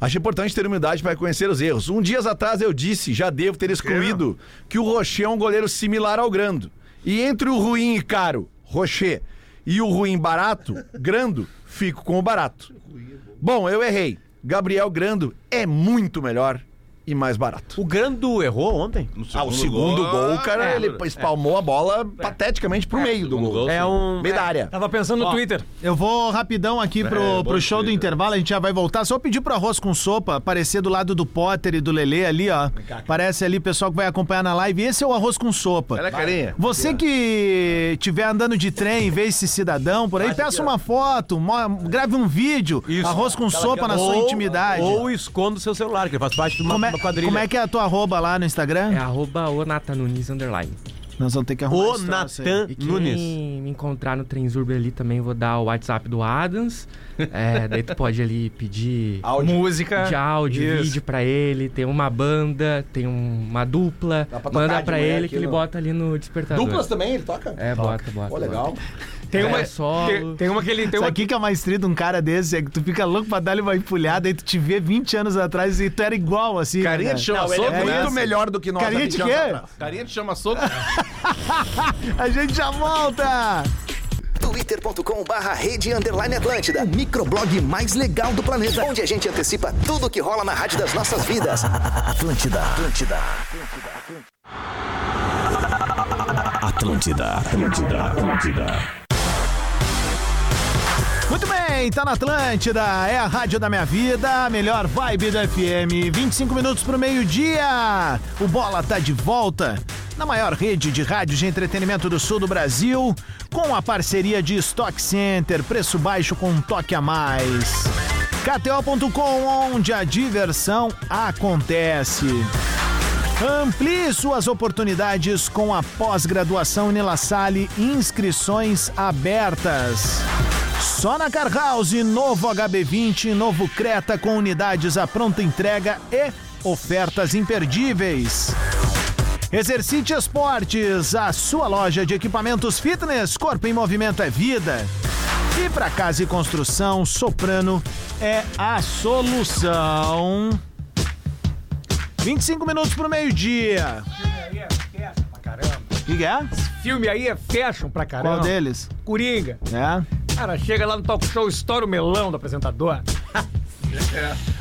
Acho importante ter humildade para reconhecer os erros. Um dias atrás eu disse, já devo ter excluído, que o Rocher é um goleiro similar ao Grando. E entre o ruim e caro, Rocher, e o ruim barato, Grando, fico com o barato. Bom, eu errei. Gabriel Grando é muito melhor e mais barato.
O Grando errou ontem?
No
Ah, o segundo gol, o cara,
é,
ele espalmou a bola pateticamente pro meio do
segundo
gol.
gol,
É um.
Meio da área.
Tava pensando no Twitter.
Eu vou rapidão aqui pro,
É,
pro
bom
show do
dia.
intervalo, a gente já vai voltar. Só pedir pro Arroz com Sopa aparecer do lado do Potter e do Lelê ali, ó. Parece ali o pessoal que vai acompanhar na live. Esse é o Arroz com Sopa.
Olha a carinha.
Você que tiver andando de trem e vê esse cidadão por aí, peça uma foto, mo- grave um vídeo,
Isso. Tá
arroz com sopa na sua
Ou-
intimidade.
Ou esconda o seu celular, que ele faz parte de uma,
Come-
uma quadrilha.
Como é que é a tua arroba lá no
É
Instagram?
arroba o Nathan Nunes underline.
Nós vamos ter que arrumar
O
esse troço aí.
Natan
E quem
Nunes.
me encontrar no Transurb ali também, vou dar o WhatsApp do Adams. É, daí tu pode ali pedir
Ah, é.
Música.
de áudio,
Isso.
vídeo pra ele. Tem uma banda, tem um- uma dupla.
Dá pra tocar
Manda
de
pra
manhã
ele
aqui
que ele
no-
bota ali no despertador.
Duplas também, ele toca?
É, bota, bota.
Pô,
bota.
legal.
Tem uma,
É, solo.
tem, tem uma que ele. Tem
Sabe
uma...
o que que é a maestria de um cara desse? É que tu fica louco pra dar-lhe uma empulhada e tu te vê 20 anos atrás e tu era igual, assim.
Carinha
né?
de chama
Não, ele
soco,
é
né?
essa.
Muito melhor do que nós. tá
Carinha
há
de
20 anos
quê?
atrás.
Carinha de chama soco.
A gente já volta!
twitter.com barra rede underline Atlântida, o microblog mais legal do planeta, onde a gente antecipa tudo que rola na rádio das nossas vidas. Atlântida, Atlântida,
Atlântida, Atlântida, Atlântida.
Muito bem, tá na Atlântida, é a rádio da minha vida, a melhor vibe do FM. 25 minutos pro meio-dia. O Bola tá de volta na maior rede de rádios de entretenimento do sul do Brasil, com a parceria de Stock Center, preço baixo com um toque a mais. KTO.com, onde a diversão acontece. Amplie suas oportunidades com a pós-graduação Nila Salle, inscrições abertas. Só na Car House, novo HB20, novo Creta com unidades à pronta entrega e ofertas imperdíveis. Exercite Esportes, a sua loja de equipamentos fitness, corpo em movimento é vida. E para casa e construção, Soprano é a solução. 25 minutos pro meio-dia.
é
O que, que é?
Filme aí é fashion pra caramba.
Qual deles?
Coringa.
É.
Cara, chega lá no talk show, estoura o melão do apresentador.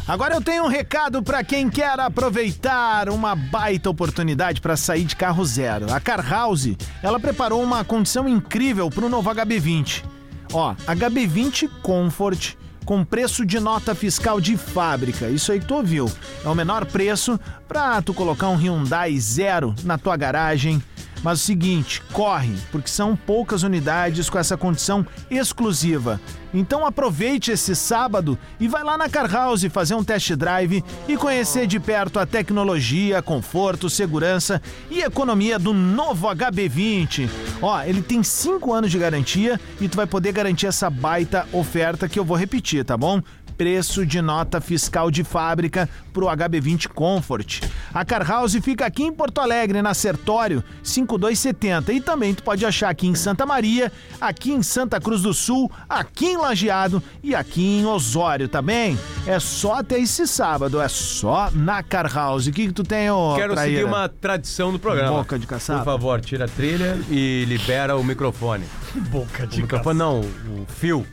Agora eu tenho um recado para quem quer aproveitar uma baita oportunidade para sair de carro zero. A Car House, ela preparou uma condição incrível para o novo HB20. Ó, HB20 Comfort com preço de nota fiscal de fábrica. Isso aí que tu ouviu. É o menor preço para tu colocar um Hyundai zero na tua garagem. Mas o seguinte, corre, porque são poucas unidades com essa condição exclusiva. Então aproveite esse sábado e vai lá na Car House fazer um test drive e conhecer de perto a tecnologia, conforto, segurança e economia do novo HB20. Ó, ele tem 5 anos de garantia e tu vai poder garantir essa baita oferta que eu vou repetir, tá bom? preço de nota fiscal de fábrica para o HB20 Comfort. A Car House fica aqui em Porto Alegre, na Sertório 5270. E também tu pode achar aqui em Santa Maria, aqui em Santa Cruz do Sul, aqui em Lajeado e aqui em Osório também. é só até esse sábado, é só na Car House. O que, que tu tem, ô
Quero
traíra?
seguir uma tradição do programa.
Boca de caçapa.
Por favor, tira a trilha e libera o microfone.
Boca
O microfone não, o fio.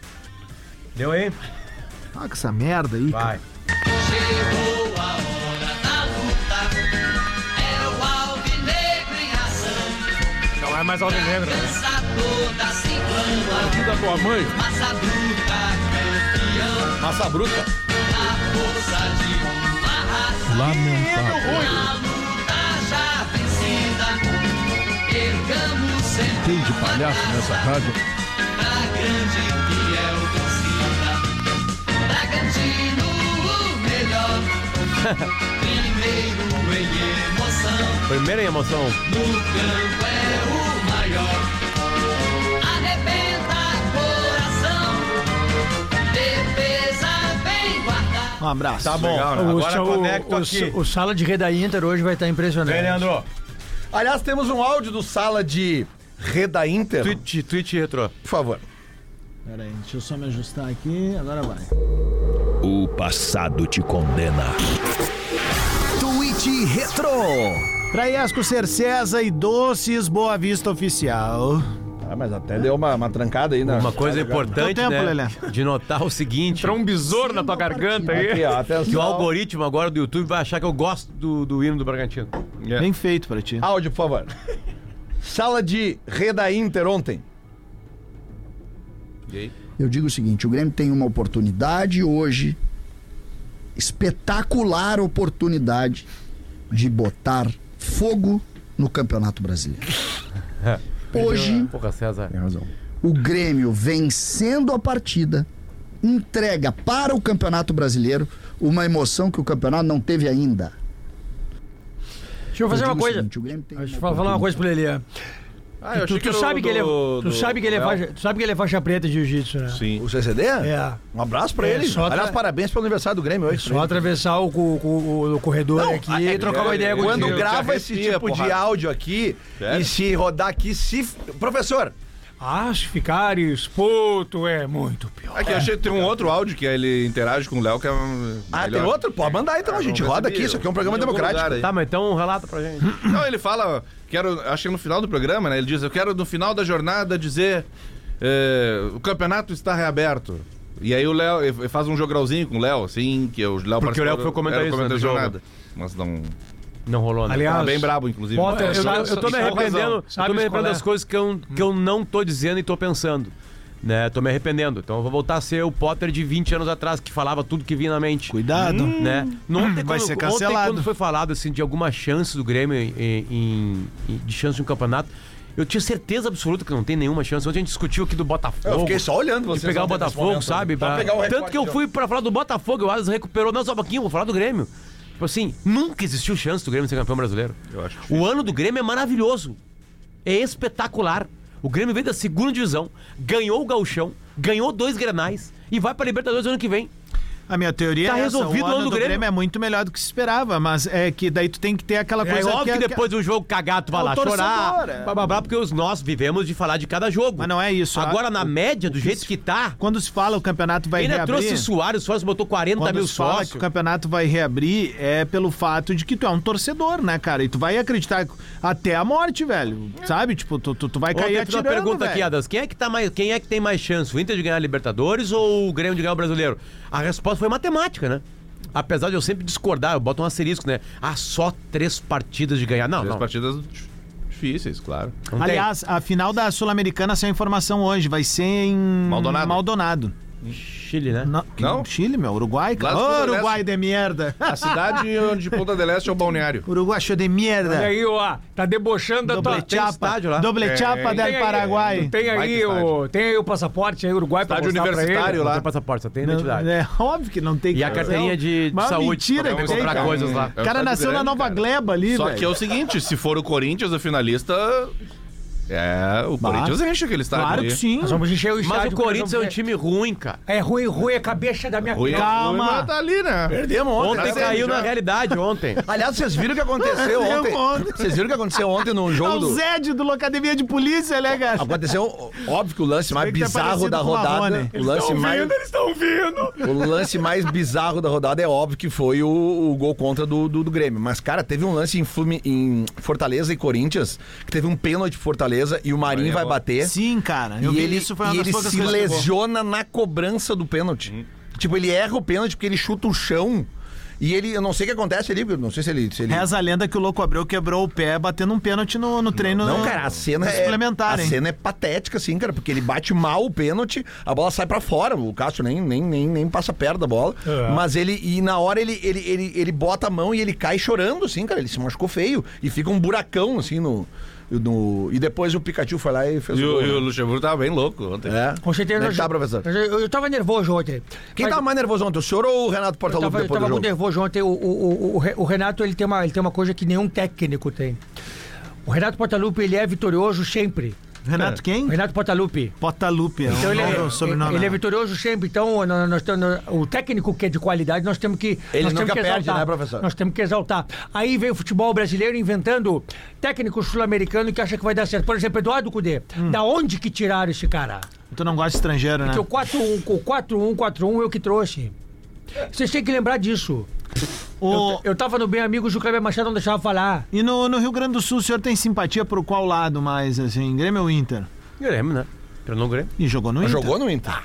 Deu aí?
Ah, com essa merda aí. cara.
Vai.
Não é mais alvinegro. né?
da tua mãe.
Massa bruta.
Lamentável. Tem de palhaço nessa rádio.
é
Primeira
É,
emoção.
é
Um
Ah,
abraço.
Tá bom.
Legal, né?
Agora
o,
conecto
o,
aqui.
o sala de reda Inter hoje vai estar impressionante.
é
Vem, Leandro.
Aliás, temos um áudio do sala de Reda Inter.
Tweet, tweet retrô.
Por favor.
Pera aí, deixa eu só me ajustar aqui, agora vai.
O passado te condena.
Twitch Retro.
Traiasco Cercesa e Doces Boa Vista Oficial.
Ah, mas até deu uma, uma trancada aí, né?
Uma coisa
Deu
importante,
tempo,
né?
Lelé.
De notar o seguinte.
Entrou um besouro na tua garganta aí.
Aqui, ó,
Que o
atenção.
algoritmo agora do YouTube vai achar que eu gosto do, do hino do Bragantino. É.
Bem feito pra ti.
Áudio, por favor. Sala de Reda Inter ontem.
Eu digo o seguinte: o Grêmio tem uma oportunidade hoje, espetacular oportunidade, de botar fogo no Campeonato Brasileiro.
Hum.
Hoje,
Porra, César.
o Grêmio vencendo a partida entrega para o Campeonato Brasileiro uma emoção que o campeonato não teve ainda.
Deixa eu fazer uma
digo o
coisa.
seguinte, o Grêmio tem
Deixa eu
uma
falar uma coisa pra ele. é.
Ah, eu
tu,
achei
tu
que era o
sabe que ele é,
do-
tu
do
sabe que ele é
Léo.
faixa, tu sabe que ele é faixa preta de jiu-jitsu, né?
Sim.
O CCD?
É.
Um abraço pra
É,
ele.
só
Aliás,
tá-
tra-
parabéns pelo aniversário do Grêmio hoje.
Só atravessar o, co- co- o corredor
Não,
aqui
é
e trocar uma ideia
Quando
contigo.
grava esse tipo de áudio aqui e se rodar aqui, se. Professor!
Acho ficar exposto é muito pior.
Aqui, eu achei que tem um outro áudio que ele interage com o Léo, que é um.
Ah,
melhor.
tem outro? Pode mandar então, a gente
não
roda
recebi,
aqui. Isso aqui é um
eu-
programa
em algum lugar
democrático.
aí.
Tá, mas então relata pra gente.
Não, ele fala, quero, acho que no final do programa, né? Ele diz, eu quero no final da jornada dizer, eh, o campeonato está reaberto. E aí o Léo ele faz um jogralzinho com o Léo, assim, que o Léo
Porque o Léo
participou do-
foi o comentarista,
era o
né, do
da
jogo.
jornada. Mas não.
Não rolou, né?
Aliás, Tava Tá bem brabo, inclusive.
Potter,
É,
eu,
só-
eu
só-
tô me
só razão.
arrependendo, eu
Sabe
tô me
qual é?
arrependendo das coisas que eu, que eu não tô dizendo e tô pensando. Né, tô me arrependendo. Então eu vou voltar a ser o Potter de 20 anos atrás, que falava tudo que vinha na mente. Cuidado. Né? No- Ontem,
Vai
quando,
ser
Ontem,
cancelado.
quando foi falado assim, de alguma chance do Grêmio em- em- em- de chance de um campeonato, eu tinha certeza absoluta que não tem nenhuma chance. Ontem a gente discutiu aqui do Botafogo.
Eu fiquei só olhando
De
vocês
pegar o
ontem nesse
Botafogo,
momento,
sabe?
né? Pra
Pra-
pegar o
Tanto que eu fui pra falar do Botafogo, o Adas recuperou. Não, só um pouquinho, vou falar do Grêmio. Tipo assim, nunca existiu chance do Grêmio ser campeão brasileiro.
Eu acho.
O ano do Grêmio é maravilhoso. É espetacular. O Grêmio veio da segunda divisão, ganhou o Gauchão, ganhou dois Grenais e vai pra Libertadores ano que vem.
A minha teoria
Tá
é essa,
resolvido
o
o
ano
ano do Grêmio.
é muito melhor do que se esperava, mas é que daí tu tem que ter aquela
É
coisa
óbvio que,
é-
depois de um jogo cagar, tu vai
É o
lá
torcedor,
chorar,
é.
blá, blá, blá, porque os nós vivemos de falar de cada jogo. Mas não é isso. Agora, na média, do jeito que tá...
Quando se fala o campeonato vai
Ainda
reabrir.
trouxe Soares, o Soares botou 40
Quando
mil
se fala
sócios.
que o campeonato vai reabrir é pelo fato de que tu é um torcedor, né, cara? E tu vai acreditar até a morte, velho. Sabe? Tipo, tu, tu, tu vai
Ontem
cair
eu fiz uma
atirando,
pergunta aqui,
velho.
Adas. Quem é, que tá mais, quem é que tem mais chance? O Inter de ganhar a Libertadores ou o Grêmio de ganhar o Brasileiro? A resposta foi matemática, né? Apesar de eu sempre discordar, eu boto um asterisco, né? Ah, só três partidas de ganhar. Não,
Três
não.
partidas dif- difíceis, claro.
Aliás, a final da Sul-Americana saiu informação hoje. Vai ser em
Maldonado.
Maldonado.
Chile, né?
Não,
Não?
Chile, meu. Uruguai,
Lá
cara.
de Ponta
Ô,
del
Uruguai
Este.
de merda.
A cidade onde Ponta del Este é o balneário.
Uruguai show de merda.
Olha aí, ó, tá debochando da tua
Doble chapa,
estádio
doble
É,
chapa
é.
del
Tem aí-
Paraguai.
Tem aí,
Baita
o, tem aí o passaporte aí, Uruguai pra
Estádio
mostrar pra ele. né?
universitário lá.
Não tem passaporte, só tem É.
Não,
identidade.
é óbvio que não tem
E a
cara.
carteirinha de, de
Mas
saúde
mentira
pra
que tem,
comprar
cara.
coisas lá.
O cara nasceu na Nova Gleba ali,
Só
velho.
que é o seguinte, se for o Corinthians, o finalista. É, o
Bah.
Corinthians enche aquele estádio.
Claro que
Tá ali.
sim.
Nós vamos encher o estádio.
Mas o
porque
Corinthians é
nós
um
vamos-
time ruim, cara.
É ruim, ruim, é cabeça da minha
Ruim é
Calma.
ruim, mas tá ali, né?
Perdemos ontem.
Ontem
né?
caiu
já.
na realidade, ontem.
Aliás, vocês viram o que aconteceu
Perdemos
ontem?
ontem.
Vocês viram o que aconteceu ontem num
É
jogo
o
do...
Zed do Locademia de Polícia, né, cara?
Aconteceu, óbvio que o lance mais
bem que tá
bizarro
parecido
da
com o
rodada.
Marrone.
O lance mais.
Eles estão vindo.
O lance mais bizarro da rodada é óbvio que foi o, o gol contra do, do, do Grêmio. Mas, cara, teve um lance em, Flumin- em Fortaleza e Corinthians, que teve um pênalti pro Fortaleza e o Marinho vai bater.
é Sim, cara. Eu
é. e
vi
ele,
isso, foi uma
e
das
ele
poucas
se
coisas que eu Hum. vou-
lesiona na cobrança do pênalti. Tipo, ele erra o pênalti porque ele chuta o chão. E ele, eu não sei o que acontece ali, eu não sei se ele. Se ele...
Reza a lenda que o Louco Abreu quebrou o pé batendo um pênalti no, no treino.
Não, cara, a cena é
Suplementar,
a
hein?
cena é patética, assim, cara, porque ele bate mal o pênalti, a bola sai pra fora, o Cássio nem, nem, nem, nem passa perto da bola, mas ele e na hora ele, ele, ele, ele bota a mão e ele cai chorando, assim, cara, ele se machucou feio e fica um buracão assim no, no e depois o Pikachu foi lá e fez
E
o
o,
gol.
e o
né?
Luxemburgo tava bem louco ontem.
É.
Com certeza.
Como é
eu-
que tá, professor?
Eu, eu tava nervoso ontem.
Quem
Mas-
tá
tava mais nervoso ontem, o senhor ou o Renato
Eu
Portaluppi
tava, eu
depois
tava
do jogo?
muito nervoso ontem. O, o- o- o Re- o Renato ele tem, uma, ele tem uma coisa que nenhum técnico tem. O Renato Portaluppi ele é vitorioso sempre.
Renato quem?
O Renato Portaluppi.
Potalupe.
Então ele, é,
o sobrenome.
ele é vitorioso sempre. Então nós- nós temos- o técnico que é de qualidade nós temos que
Ele
nós temos
nunca
que
perde,
exaltar.
né, professor?
Nós temos que exaltar. Aí vem o futebol brasileiro inventando técnico sul-americano que acha que vai dar certo. Por exemplo, Eduardo Cudê. Da onde que tiraram esse cara?
Tu não gosta de estrangeiro,
É
né?
Porque o 4-1, o 4-1, 4-1 eu é que trouxe. Vocês têm que lembrar disso.
O-
Eu, eu tava no Bem Amigos, o Kleber Machado não deixava falar.
E no, no Rio Grande do Sul, o senhor tem simpatia por qual lado mais, assim? Grêmio ou Inter?
Grêmio, né? Treinou o Grêmio.
E jogou no Inter.
Ah, Jogou no Inter.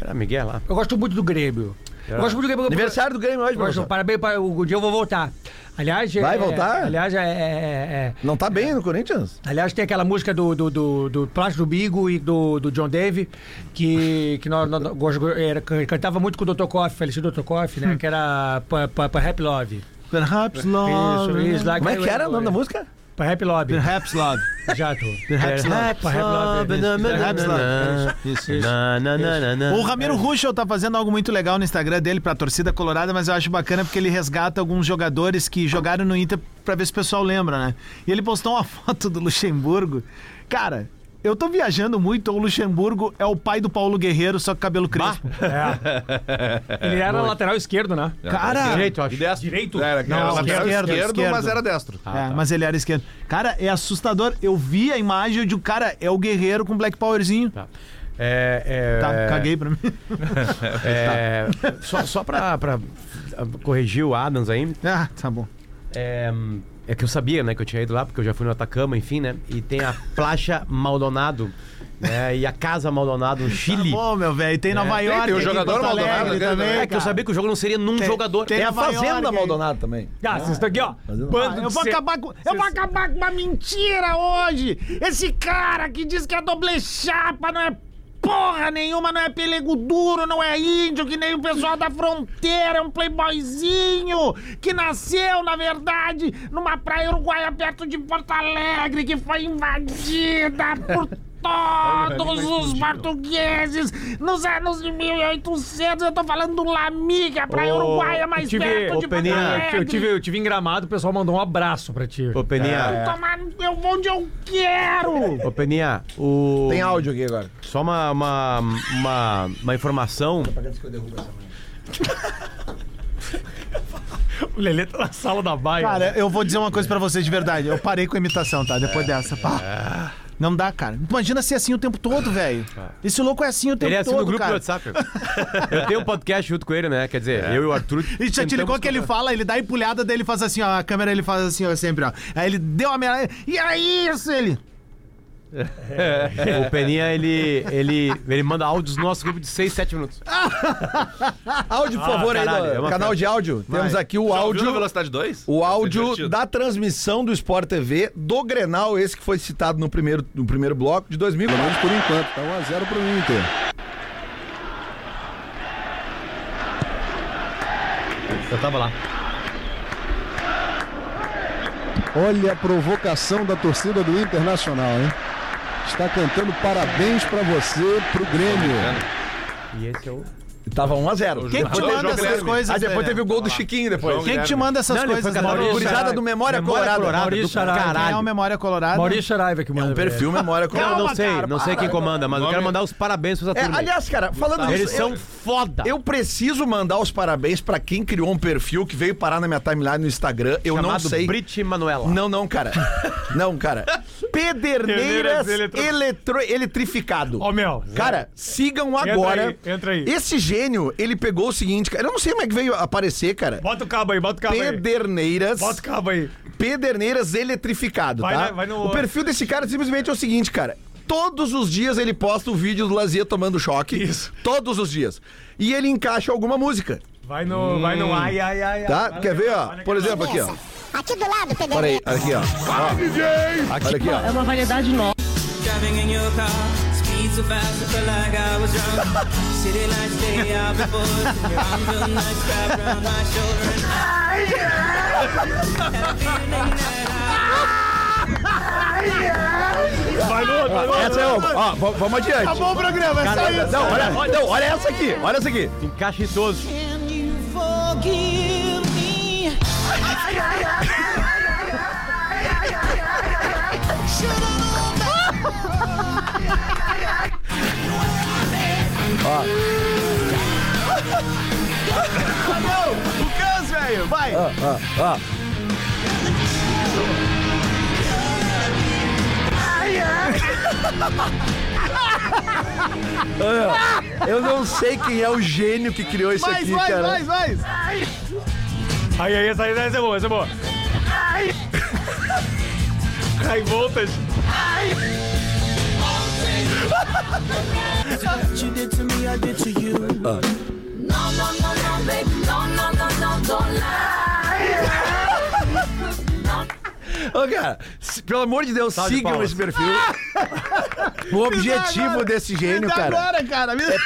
Era Miguel lá.
Eu gosto muito do Grêmio. Eu gosto muito do Grêmio.
Aniversário do Grêmio hoje,
Eu gosto- um
professor.
parabéns para o dia eu vou voltar. Aliás,
Vai
é-
voltar?
Aliás, é, é- é-
Não tá bem no Corinthians?
é. aliás tem aquela música do do, do, do Plácido Bigo e do, do John Dave que que nós, nós- nós gosto- era- cantava muito com o Dr. Coff, falecido Dr. Coff,
Hum.
né? Que era para Happy Love.
Perhaps love.
Isso,
Oh,
isso, lá
Como é que era o nome da música?
Para Rap Lobby.
The Raps Love.
Já tô.
The Raps Love.
Para Rap Lobby.
Isso,
isso.
The Raps Love. Isso, isso.
O
É.
Ramiro Ruschel tá fazendo algo muito legal no Instagram dele pra torcida colorada, mas eu acho bacana porque ele resgata alguns jogadores que jogaram no Inter pra ver se o pessoal lembra, né? E ele postou uma foto do Luxemburgo. Cara, eu tô viajando muito, o Luxemburgo é o pai do Paulo Guerreiro, só que cabelo
é
crespo.
Ele era lateral esquerdo, né?
Cara,
Direito, eu acho.
E
Direito?
Era,
Não,
era
esquerdo,
lateral esquerdo,
esquerdo.
mas era
destro.
é,
Tá.
mas ele era esquerdo. Cara, é assustador. Eu vi a imagem de um cara, é o guerreiro com Black Powerzinho. Tá,
É, é-
caguei pra mim.
É, só só pra, pra corrigir o Adams aí.
Ah, tá bom.
É, é que eu sabia, né, que eu tinha ido lá, porque eu já fui no Atacama, enfim, né? E tem a Placha Maldonado. né, e a Casa Maldonado no Chile.
Tá
É.
bom, meu velho. Tem Nova York,
Tem o
aqui em
jogador
Porto Alegre
Maldonado ali
também,
também. É que eu
cara.
sabia que o jogo não seria num
Tem-
jogador. É
tem Nova York aí.
Tá Maldonado também.
Ah,
tá
vocês estão aqui, ó. Bando
Ah, eu
de
vou
ser-
acabar com. Eu vou acabar com uma mentira hoje! Esse cara que diz que é doble chapa, não é porra nenhuma, não é pelego duro, não é índio, que nem o pessoal da fronteira, é um playboyzinho que nasceu, na verdade, numa praia uruguaia perto de Porto Alegre, que foi invadida por. Todos os portugueses nos anos de 1800, eu tô falando do Lami, que é a praia
Ô,
uruguaia mais
eu tive-
perto
ô,
de Porto
Peninha,
Alegre.
Eu tive, eu tive em Gramado, o pessoal mandou um abraço pra ti. Ô,
Peninha.
Tomar, eu vou onde eu quero!
Ô, Peninha, o.
Tem áudio aqui agora.
Só uma, uma, uma, uma informação.
O Lelê tá na sala da baia.
Cara, eu vou dizer uma coisa pra vocês de verdade. Eu parei com a imitação, tá? Depois
É.
dessa. Pá. Não dá, cara. Imagina ser assim o tempo todo, velho. Esse louco é assim o tempo
Ele é assim
todo,
no grupo
cara.
do WhatsApp. Eu tenho um podcast junto com ele, né? Quer dizer, eu e o Arthur.
E já te
tá
ligou que ele fala, ele dá a empulhada dele faz assim, ó. A câmera ele faz assim, ó, sempre, ó. Aí ele deu a merda. E aí, isso, ele.
O Peninha, ele, ele, ele manda áudios no nosso grupo de 6, 7 minutos.
Áudio, por
Ah,
favor,
caralho,
aí,
é
do
uma
canal
frase.
de áudio.
Vai.
Temos aqui o
Já ouviu
áudio.
na
Velocidade 2?
O áudio
divertido.
da transmissão do Sport TV do Grenal, esse que foi citado no primeiro, no primeiro bloco de 2000. Pelo menos por enquanto,
um
tá 1x0 pro Inter.
Eu tava lá.
Olha a provocação da torcida do Internacional, hein? Está cantando parabéns pra você, pro Grêmio.
E esse é o.
Tava 1x0.
Quem que te manda essas coisas?
Ah, depois
Lelê?
teve o gol do Chiquinho depois.
Quem que te manda essas coisas?
Não,
Lelê?
tá Gurizada do Memória, Colorada.
Maurício Charaiva. Quem é o Memória Colorada?
Charaiva que
manda. É um perfil Memória
Não,
Colorada.
não sei,
Calma,
não sei
cara,
quem
para.
comanda, mas eu
Nome-
quero mandar os parabéns pros
É,
atores.
aliás, cara, falando
Eles
nisso,
são
eu-
foda.
Eu preciso mandar os parabéns pra quem criou um perfil que veio parar na minha timeline no Instagram. Eu não
Chamado
sei.
Brit Manuela.
Não, não, cara. Não, cara. Pederneiras
Pederneiras eletro-
eletro... eletrificado.
Ó, meu.
Cara, sigam
Entra
agora.
aí, entra aí.
Esse gênio, ele pegou o seguinte, cara. Eu não sei como é que veio aparecer, cara.
Bota o cabo aí, bota o cabo aí.
Pederneiras.
Bota o cabo aí.
Pederneiras eletrificado,
Vai
tá?
na- vai no-
O perfil desse cara simplesmente é o seguinte, cara. Todos os dias ele posta o vídeo do Lazia tomando choque. Isso. Todos os dias. E ele encaixa alguma música.
Vai no, vai no ai, ai, ai.
Hum. Tá? Quer ver, ó? Por exemplo, aqui, ó.
Aqui do lado,
Olha aí, aqui, ó. Ó. Olha aqui, ó.
É uma variedade nova.
Vai no outro, vai no Essa é uma. Ó, v- vamos adiante.
Acabou o programa, é só
Cara,
isso.
Não, olha, olha- não, olha essa aqui, olha essa aqui.
Encaixa em todos.
Ó.
Não, o Cans, velho. Vai.
Ó, ó, ó. Olha, Eu não sei quem é o gênio que criou isso
Mais,
aqui,
mais,
cara.
mais, mais.
Aí, aí, essa aí, essa é boa, essa é boa. High voltage.
No, no, no, no, baby, no, no, no, no, don't lie.
Ô, cara, se- pelo amor de Deus, sigam esse perfil.
O
Me dá
objetivo
agora.
desse gênio,
Me dá
cara.
agora, cara. Me dá-
É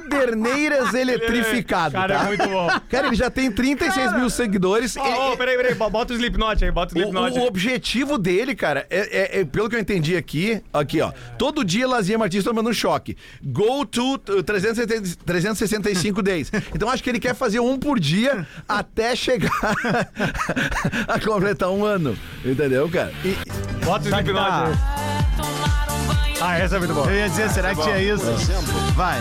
pederneiras eletrificado.
Cara, é
tá?
muito bom.
Cara, ele já tem 36 mil seguidores. é,
Ó, ó, peraí, peraí, bo- bota o Slipknot aí, bota o Slipknot.
O, o objetivo dele, cara, é, é- é- pelo que eu entendi aqui, aqui, ó. Todo dia Lazinha Martins tomando um choque. Go to uh, 370 365 days. Então acho que ele quer fazer um por dia até chegar a completar um ano. Entendeu, cara? E,
Bota o Slipknot aí. Ah, essa é muito boa.
Eu ia dizer, será que tinha isso? Vai.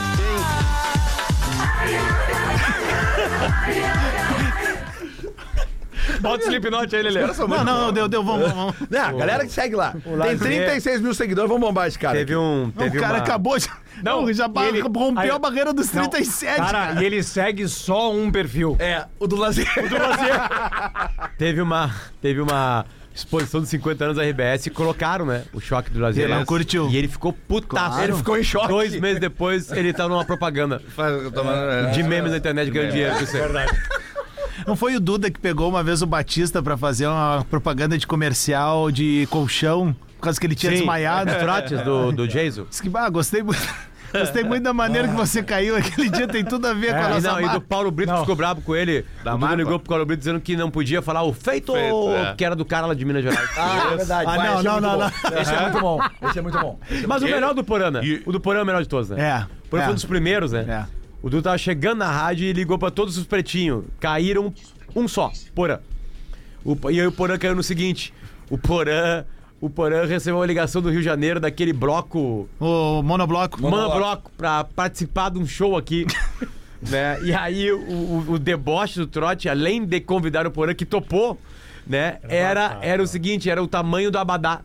Bota o Slipknot aí, Lelê.
um
Não, não, deu, deu, vamos, vamos.
Não, galera que segue lá. Tem
Lazier-
36 mil seguidores, vamos bombar esse cara.
Teve um. Teve
o cara
uma-
acabou de. Não, já ba-
E ele-
rompeu
aí-
a barreira dos
Não,
37.
Cara, e ele segue só um perfil.
É, o do Lazer.
O do Lazer.
Teve uma, teve uma exposição dos 50 anos da RBS e colocaram, né? O choque do Lazer.
Ele não curtiu.
E ele ficou putaço.
Claro. Ele ficou em choque.
Dois meses depois, ele tá numa propaganda.
tomando-
de memes na internet ganhando dinheiro com isso aí.
Não foi o Duda que pegou uma vez o Batista pra fazer uma propaganda de comercial de colchão, por causa que ele tinha
Sim,
desmaiado.
os trotes do, do Jason.
Diz que, ah, gostei muito. Gostei muito da maneira que você caiu aquele dia, tem tudo a ver com a
É, e
nossa
não, e do
marca.
Paulo Brito que ficou brabo com ele. o Duda ligou pro Paulo Brito dizendo que não podia falar o feito,
Feito, é.
que era do cara lá de Minas Gerais.
Ah, é verdade.
Ah,
vai,
não,
esse é
não,
muito
não,
bom.
não.
Esse é muito bom. Esse é muito bom. Esse é
Mas o
muito bom.
melhor do Porana. O do Porana é o melhor de todos, né?
É,
O
é.
Porana foi um dos primeiros, né? O Duda tava chegando na rádio e ligou pra todos os pretinhos. Caíram um só, Porã. O, e aí o Porã caiu no seguinte. O Porã... O Porã recebeu uma ligação do Rio de Janeiro daquele bloco
O monobloco.
Manobloco pra participar de um show aqui. né? E aí o, o, o deboche do trote, além de convidar o Porã que topou, né? Era, era o seguinte, era o tamanho do abadá.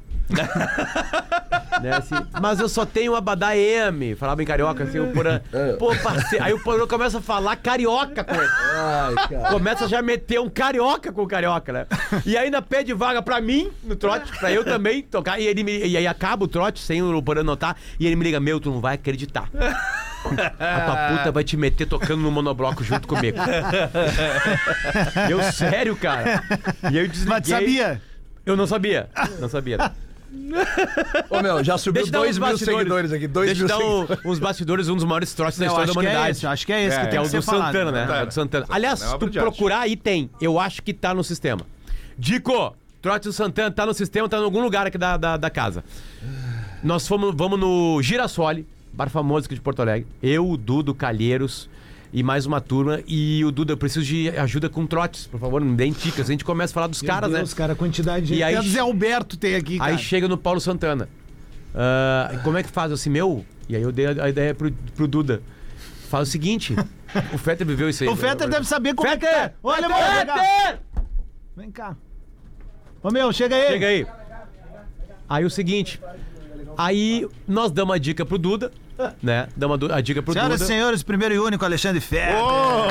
Né, assim, mas eu só tenho abadá M. Falava em carioca, assim, o Porã. Pô, parceiro. Aí o Porã começa a falar carioca com ele.
Ai, cara.
Começa já a meter um carioca com o carioca, né? E ainda pede vaga pra mim no trote, pra eu também tocar. E, ele me- e aí acaba o trote sem o Porã notar. E ele me liga: Meu, tu não vai acreditar. A tua puta vai te meter tocando no monobloco junto comigo. eu, sério, cara. E eu desliguei.
Mas tu sabia?
Eu não sabia. Não sabia.
Ô, meu, já subiu
Deixa eu dar
2
uns
mil
bastidores.
seguidores aqui. 2
Deixa
mil
eu dar um-
seguidores.
uns bastidores, um dos maiores trotes da
Eu
história da
acho que é
humanidade.
esse, eu acho que é esse que tem
é o
que ser
do
falado.
Santana, né?
Tá.
É o do Santana. Aliás,
É uma
se
obra
tu
de arte.
procurar aí, tem. Eu acho que tá no sistema. Dico, trote do Santana tá no sistema, tá em algum lugar aqui da, da, da casa. Nós fomos, vamos no Girassole, bar famoso aqui de Porto Alegre. Eu, o Dudo, Calheiros e mais uma turma. E o Dudo, eu preciso de ajuda com trotes, por favor, me deem dicas. A gente começa a falar dos caras, né?
Os caras, quantidade de.
E aí-
Até o Zé Alberto tem aqui, cara.
Aí chega no Paulo Santana. Ah, como é que faz? Eu assim, meu? E aí eu dei a a ideia pro, pro Duda. Faz o seguinte: o Fetter viveu isso aí.
o Fetter deve saber como é que
Fetter!
tá. Olha, mano, vem cá. Vem cá. Ô, meu, chega aí.
Chega aí. Aí o seguinte. Aí nós damos a dica pro Duda, né? Damos a du- a dica pro
Senhoras e
Duda.
senhores, primeiro e único Alexandre Fetter. Ô, meu,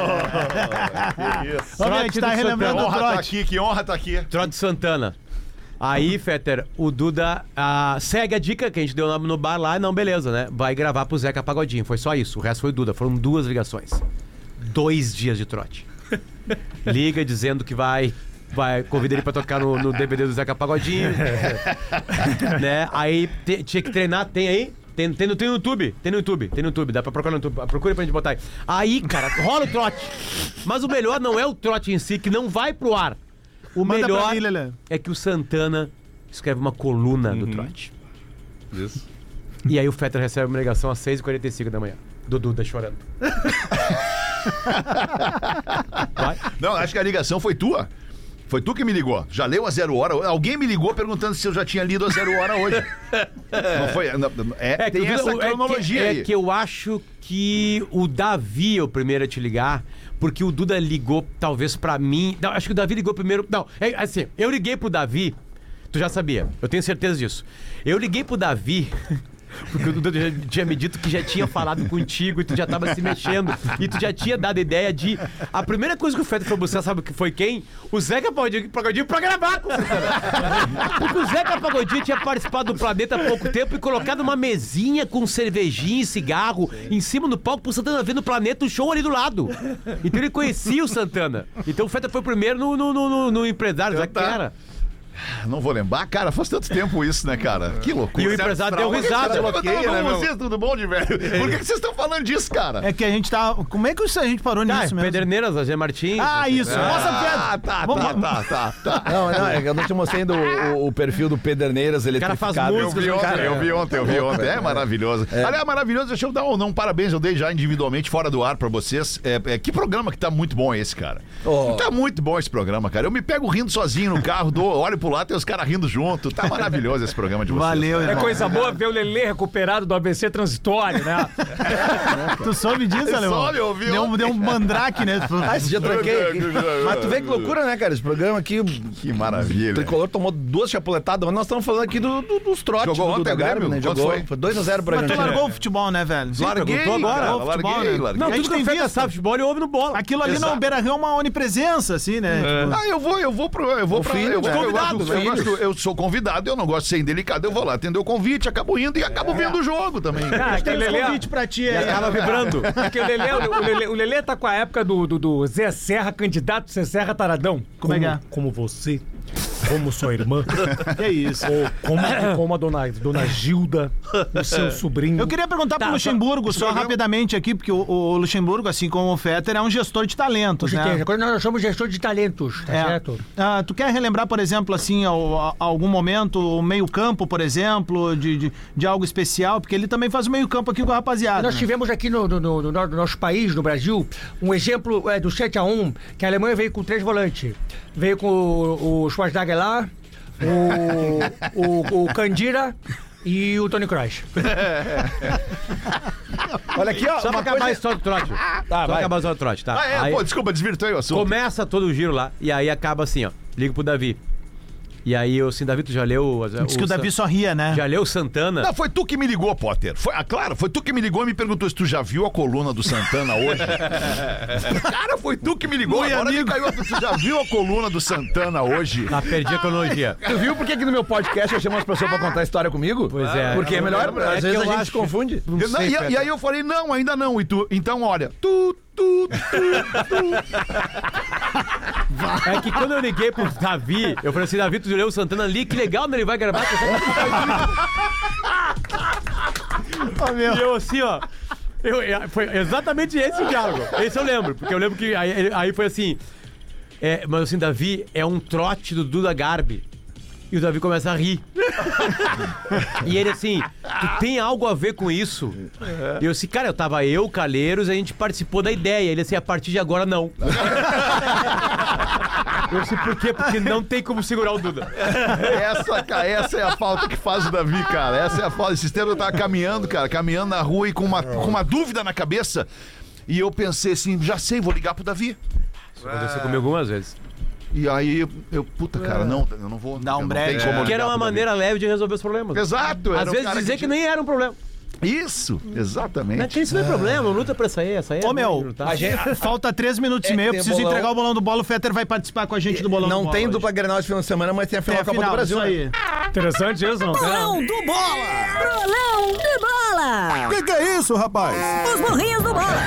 a gente
Trote
tá
do
relembrando
Santana.
o
Honra
trote.
aqui, que honra tá aqui.
Trote Santana. Aí, Fetter, o Duda ah, segue a dica que a gente deu lá no bar lá. Não, beleza, né? Vai gravar pro Zeca Pagodinho. Foi só isso. O resto foi o Duda. Foram duas ligações. Dois dias de trote. Liga dizendo que vai. Vai, convida ele pra tocar no, no DVD do Zeca Pagodinho. né? Aí te- tinha que treinar, tem aí? Tem, tem, no, tem no YouTube, tem no YouTube, tem no YouTube, dá pra procurar no YouTube, procura pra gente botar aí. Aí, cara, rola o trote. Mas o melhor não é o trote em si, que não vai pro ar. O
Manda pra
melhor
mim, Lelê.
é que o Santana escreve uma coluna do trote.
Isso.
E aí o Fetter recebe uma ligação às 6h45 da manhã. Do Duda chorando. um-
Não, acho que a ligação foi tua. Foi tu que me ligou. Já leu a zero hora? Alguém me ligou perguntando se eu já tinha lido a zero hora hoje. Não foi. não, é, tem
o Duda-
essa
o- é que-
cronologia
é que,
aí.
eu acho que o Davi é o primeiro a te ligar, porque o Duda ligou talvez pra mim. Não, acho que o Davi ligou primeiro. Não, é assim, eu liguei pro Davi. Tu já sabia, eu tenho certeza disso. Eu liguei pro Davi. Porque o Duda já tinha me dito que já tinha falado contigo e tu já tava se mexendo. E tu já tinha dado ideia de. A primeira coisa que o Feto foi buscar, sabe que foi quem? O Zeca Pagodinho Pagodinho pra gravar com o Fetter. Porque o Zeca Pagodinho tinha participado do Planeta há pouco tempo e colocado uma mesinha com cervejinha e cigarro em cima do palco pro Santana ver no Planeta o show ali do lado.
Tá.
Então ele conhecia o Santana. Então o Fetter foi o primeiro no, no, no, no- no empresário, já que era.
Não vou lembrar, cara, faz tanto tempo isso, né, cara? Que loucura.
E o empresário deu risada.
Por que vocês-
Bloqueia, né,
Como
meu?
vocês, tudo bom de velho? Por que que vocês estão falando disso, cara?
É que a gente tá. Como é que a gente parou
Tá,
nisso mesmo?
Pederneiras, Zé Martins.
Ah, isso. Nossa, piada.
Ah, tá,
Vamos-
tá, tá, tá, tá.
Não, não, é que eu não te mostrei ainda o, o- o perfil do Pederneiras ele
Cara, faz música, eu vi ontem, eu vi ontem, eu vi ontem. É maravilhoso. Aliás, maravilhoso. Deixa eu dar um, dar um parabéns, eu dei já individualmente fora do ar pra vocês. É, é, que programa que tá muito bom esse, cara. Tá muito bom esse programa, cara. Eu me pego rindo sozinho no carro, dou, olho pro lado, tem os caras rindo junto. Tá maravilhoso esse programa de vocês. cara.
É coisa boa ver o Lelê recuperado do ABC transitório, né?
Tu soube disso,
Eu
Alemão?
soube, eu vi
deu, um-
ontem.
deu um mandrake, né?
Ah, esse dia eu tranquei. aqui. Mas tu vê que loucura, né, cara? Esse programa aqui.
Que maravilha.
O tricolor tomou duas chapuletadas, mas nós estamos falando aqui do, do- dos trotes
Jogou
do
ontem
Duda
o Grêmio?
né?
Quanto
Jogou.
foi?
Foi 2x0 pra
Mas tu
gente.
largou o futebol, né, velho?
Sim, Larguei, perguntou agora. cara,
Largou o futebol,
larguei,
né?
larguei.
Não,
A
tudo
gente
que eu
tem
vejo
visto.
sabe futebol e ouve no bola. Aquilo ali não,
Exato.
o Beira-Rio é uma onipresença, assim, né?
É.
Tipo,
Ah, eu vou, eu vou pro. Eu vou
O
pra,
filho,
eu, vou-
né?
eu gosto-
Convidado,
eu
né?
gosto- eu sou convidado, eu não gosto de ser indelicado. Eu vou lá atender o convite, acabo indo e acabo vendo o jogo também.
É.
Ah, aquele
temos
é-
Lelê-
convite pra ti aí.
Acaba
vibrando.
Porque o Lelê, o Lelê- o Lelê tá com a época do, do, do Zé Serra, candidato Zé Serra Taradão.
Como é que é?
Como você, como sua irmã.
É isso.
Ou como, como a dona, dona Gilda, o seu sobrinho.
Eu queria perguntar
Tá,
pro Luxemburgo,
tá.
só rapidamente aqui, porque o, o Luxemburgo, assim como o Fetter, é um gestor de talentos,
Hoje
né?
tem- Quando nós somos gestor de talentos, tá
É.
certo?
Ah, tu quer relembrar, por exemplo, assim, ao- a- algum momento, o meio-campo, por exemplo, de, de, de algo especial? Porque ele também faz o meio-campo aqui com a rapaziada.
Nós
né?
tivemos aqui no, no- no- no no- no nosso país, no Brasil, um exemplo é, do 7x1, que a Alemanha veio com três volantes. Veio com o, o Schwarzenegger lá, o, o, o Candira e o Tony Kroos.
Olha aqui, ó.
Só pra
uma
acabar a
coisa-
história do trote. Só pra
vai.
acabar a história do trote, tá?
Ah, é,
Aí-
pô, desculpa, desvirtuei o assunto.
Começa todo o giro lá, e aí acaba assim, ó. Ligo pro Davi. E aí eu assim, Davi, tu já leu. as-
Diz que o Davi
San-
só ria, né?
Já leu Santana?
Não, foi tu que me ligou, Potter. Foi, ah, claro, foi tu que me ligou e me perguntou se tu já viu a coluna do Santana hoje. Cara, foi tu que me ligou.
Muito
Agora
amigo.
me caiu. a- Tu já viu a coluna do Santana hoje?
Ah, perdi a cronologia.
Tu viu por que aqui no meu podcast eu chamo as pessoas pra contar história comigo? Pois
é.
Porque é melhor, às vezes a gente se confunde.
Eu não- e, e aí eu falei, não, ainda não. E tu, então olha. Tu, tu, tu, tu.
É que quando eu liguei pro Davi, eu falei assim, Davi, tu leu o Santana ali, que legal, né? Ele vai gravar. tu sabe que tu faz isso. E eu assim, ó. eu- eu- foi exatamente esse o diálogo. Esse eu lembro, porque eu lembro que aí, ele- aí foi assim. é, mas assim, Davi é um trote do Duda Garbi. E o Davi começa a rir. e ele assim, tu tem algo a ver com isso? E eu assim, cara, eu tava eu, Calheiros, a gente participou da ideia. Ele assim, a partir de agora não. Eu disse, por quê? Porque não tem como segurar o Duda.
Essa, cara, essa é a falta que faz o Davi, cara. Essa é a falta. Esse tempo eu tava caminhando, cara, caminhando na rua e com uma, com uma dúvida na cabeça. E eu pensei assim, já sei, vou ligar pro Davi.
Isso aconteceu comigo algumas vezes.
E aí eu, eu, puta, cara, não, eu não vou. Dá
um
breve.
break.
Não tem como
Que era
ligar
uma
pro Davi.
maneira leve de resolver os problemas.
Exato, era
Às
um
vezes
cara
dizer que,
tinha-
nem era um problema.
Isso, exatamente.
Né? Que isso não é problema, luta pra sair, essa aí é
Ô,
ruim,
meu,
lutar.
a gente- falta três minutos e meio. Eu
É, tem
preciso
bolão.
entregar o bolão do bolo. O Fetter vai participar com a gente do bolão do
Não
bola
tem
hoje.
dupla Grenal de final de semana, mas tem a
Tem
final
a
da Copa
final,
do Brasil.
isso
né?
aí.
Interessante isso, não?
Bolão do Bola! Bolão do Bola!
que é isso, rapaz?
Os burrinhos do Bola!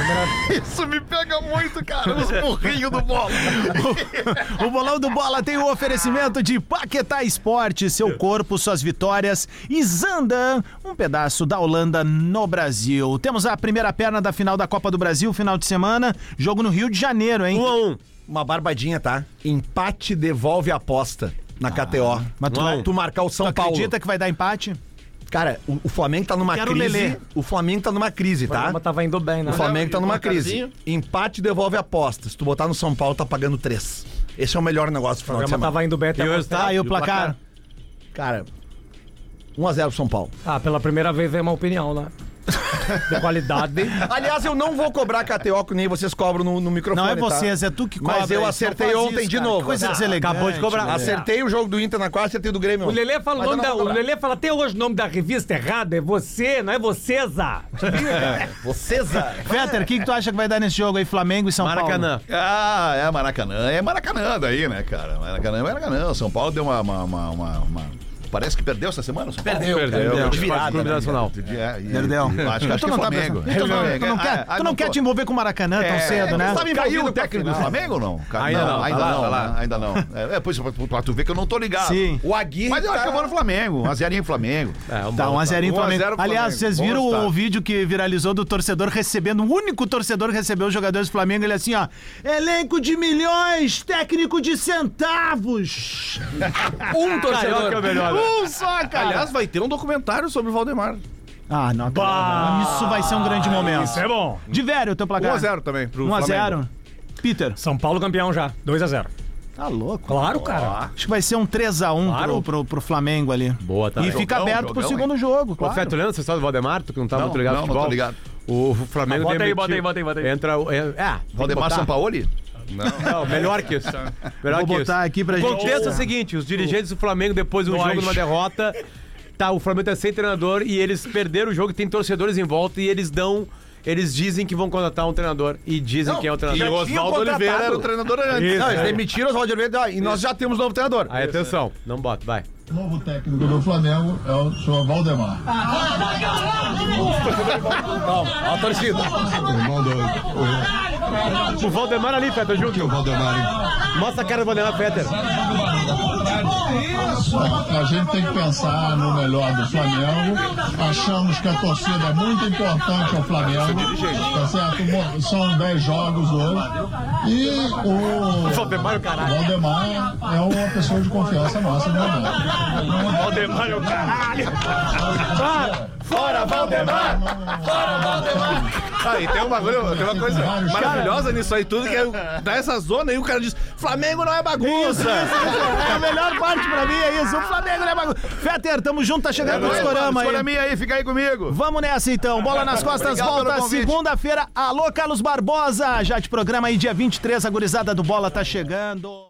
Isso me pega muito, cara. Os burrinhos do bolo.
O Bolão do Bola tem o oferecimento de Paquetá Esporte, seu corpo, suas vitórias e Zandan, um pedaço da Holanda no Brasil. Temos a primeira perna da final da Copa do Brasil, final de semana, jogo no Rio de Janeiro, hein?
Um a um.
Uma barbadinha, tá? Empate devolve a aposta na KTO.
Mas tu,
Ah. Tu marcar o São
tu
Paulo.
acredita que vai dar empate?
Cara, o, o Flamengo tá numa
Quero
crise.
Lelê.
O Flamengo tá numa crise, tá?
Mas tava indo bem, né?
O Flamengo tá
E o
numa
placarzinho?
crise. Empate devolve a aposta. Se tu botar no São Paulo, tá pagando três. Esse é o melhor negócio
O
do final de
programa
semana.
tava indo bem até
E o
agora.
resultado?
Ah, e o placar?
Cara, 1x0 pro São Paulo.
Ah, pela primeira vez veio uma opinião lá. De qualidade.
Aliás, eu não vou cobrar KTO que nem vocês cobram no, no microfone.
Não é
tá?
vocês, é tu que cobra.
Mas eu
isso,
acertei
não faz
ontem
isso,
de
cara.
novo.
Que Coisa
Ah,
deselegante, né?
acabou de cobrar.
Lelê.
Acertei o jogo do Inter na quarta, acertei o do Grêmio.
O Lelê fala, o
Mas eu
nome da,
não vou
o
cobrar.
Lelê fala até hoje o nome da revista errado. É você, não é vocês, ah.
Vocês, ah,
Fetter, o que, que tu acha que vai dar nesse jogo aí, Flamengo e São
Maracanã.
Ah, é Maracanã. É Maracanã daí, né, cara? Maracanã é Maracanã. São Paulo deu uma. uma, uma, uma- uma- Parece que perdeu essa semana?
Perdeu, Perdeu. perdeu.
De virada.
Clube
né?
Nacional.
É, e-
Perdeu.
e- Acho que acho
Tu
que é
não tá
Flamengo. é,
pensando- Tu não,
Ah,
tu não quer, tu não quer te envolver com o Maracanã
É,
tão cedo, né?
Caiu o técnico do Flamengo ou não? Ca-
Ainda não, tá
ainda
lá,
não,
tá lá.
né? ainda não. É, é, pois, pra, pra tu ver que eu não tô ligado.
Sim.
O Aguirre. Mas eu
tá
acho que eu vou no Flamengo. 1 a 0 em Flamengo.
É,
Tá, 1x0 Flamengo. Aliás, vocês viram
Bom, tá.
o vídeo que viralizou do torcedor recebendo, o único torcedor que recebeu os jogadores do Flamengo, ele assim, ó, elenco de milhões, técnico de centavos.
Um torcedor.
Carioca é o melhor, né? Um só, cara.
Aliás, vai ter um documentário sobre o Valdemar.
Ah, não acredito. Isso vai ser um grande momento.
Isso é bom.
De velho, o teu
Um
placar.
1x0 também pro
1x0. Peter.
São Paulo campeão já. 2x0.
Tá louco.
Claro, cara.
Acho que vai ser um 3x1 pro, pro, pro Flamengo ali.
Boa, tá.
E é fica
Jogão,
aberto pro
jogão,
segundo jogo, claro.
Ô, Fé, tu lembra essa história do Valdemar? Tu que não tá
Não,
muito ligado no
não, não tô
futebol?
ligado.
O Flamengo
Ah, bota aí,
demitiu-
bota aí, bota aí, bota aí.
Entra o... É, é,
Valdemar Tá. Sampaoli?
Não. não, melhor que isso. Melhor
Vou
que
botar
isso.
aqui pra
o
gente-
contexto é o seguinte, os dirigentes do Flamengo, depois de um
Nós.
jogo, numa derrota, tá, o Flamengo tá sem treinador e eles perderam o jogo, tem torcedores em volta e eles dão... Eles dizem que vão contratar um treinador e dizem quem é o treinador.
E o Oswaldo Oliveira era o treinador antes.
Isso,
não, eles
é.
demitiram o Oswaldo Oliveira ah, e nós já temos novo treinador.
Aí, atenção, não bota, vai.
novo técnico do Flamengo é o senhor Valdemar.
Calma, a torcida.
Irmão do.
O Valdemar ali, Fetter, junto.
o Valdemar,
Mostra a cara do Valdemar, Fetter.
A gente tem que pensar no melhor do Flamengo. Achamos que a torcida é muito importante ao Flamengo. Tá certo? Mo- São 10 jogos hoje. E o.
Valdemar,
Valdemar é uma pessoa de confiança nossa no momento.
Valdemar é o caralho.
Fora Valdemar! Fora Valdemar!
Ah, e tem um bagulho, tem uma coisa maravilhosa nisso aí tudo, que é dá essa zona e o cara diz: Flamengo não é bagunça!
É a melhor parte pra mim, é isso. O Flamengo é bagulho. Fetter, tamo junto, tá chegando
É
no
nóis,
Discorama
mano,
aí.
Discorama aí, fica aí comigo.
Vamos nessa então. Bola nas costas,
Obrigado
volta
pelo convite.
segunda-feira. Alô, Carlos Barbosa. Já de programa aí, dia 23, a gurizada do Bola tá chegando.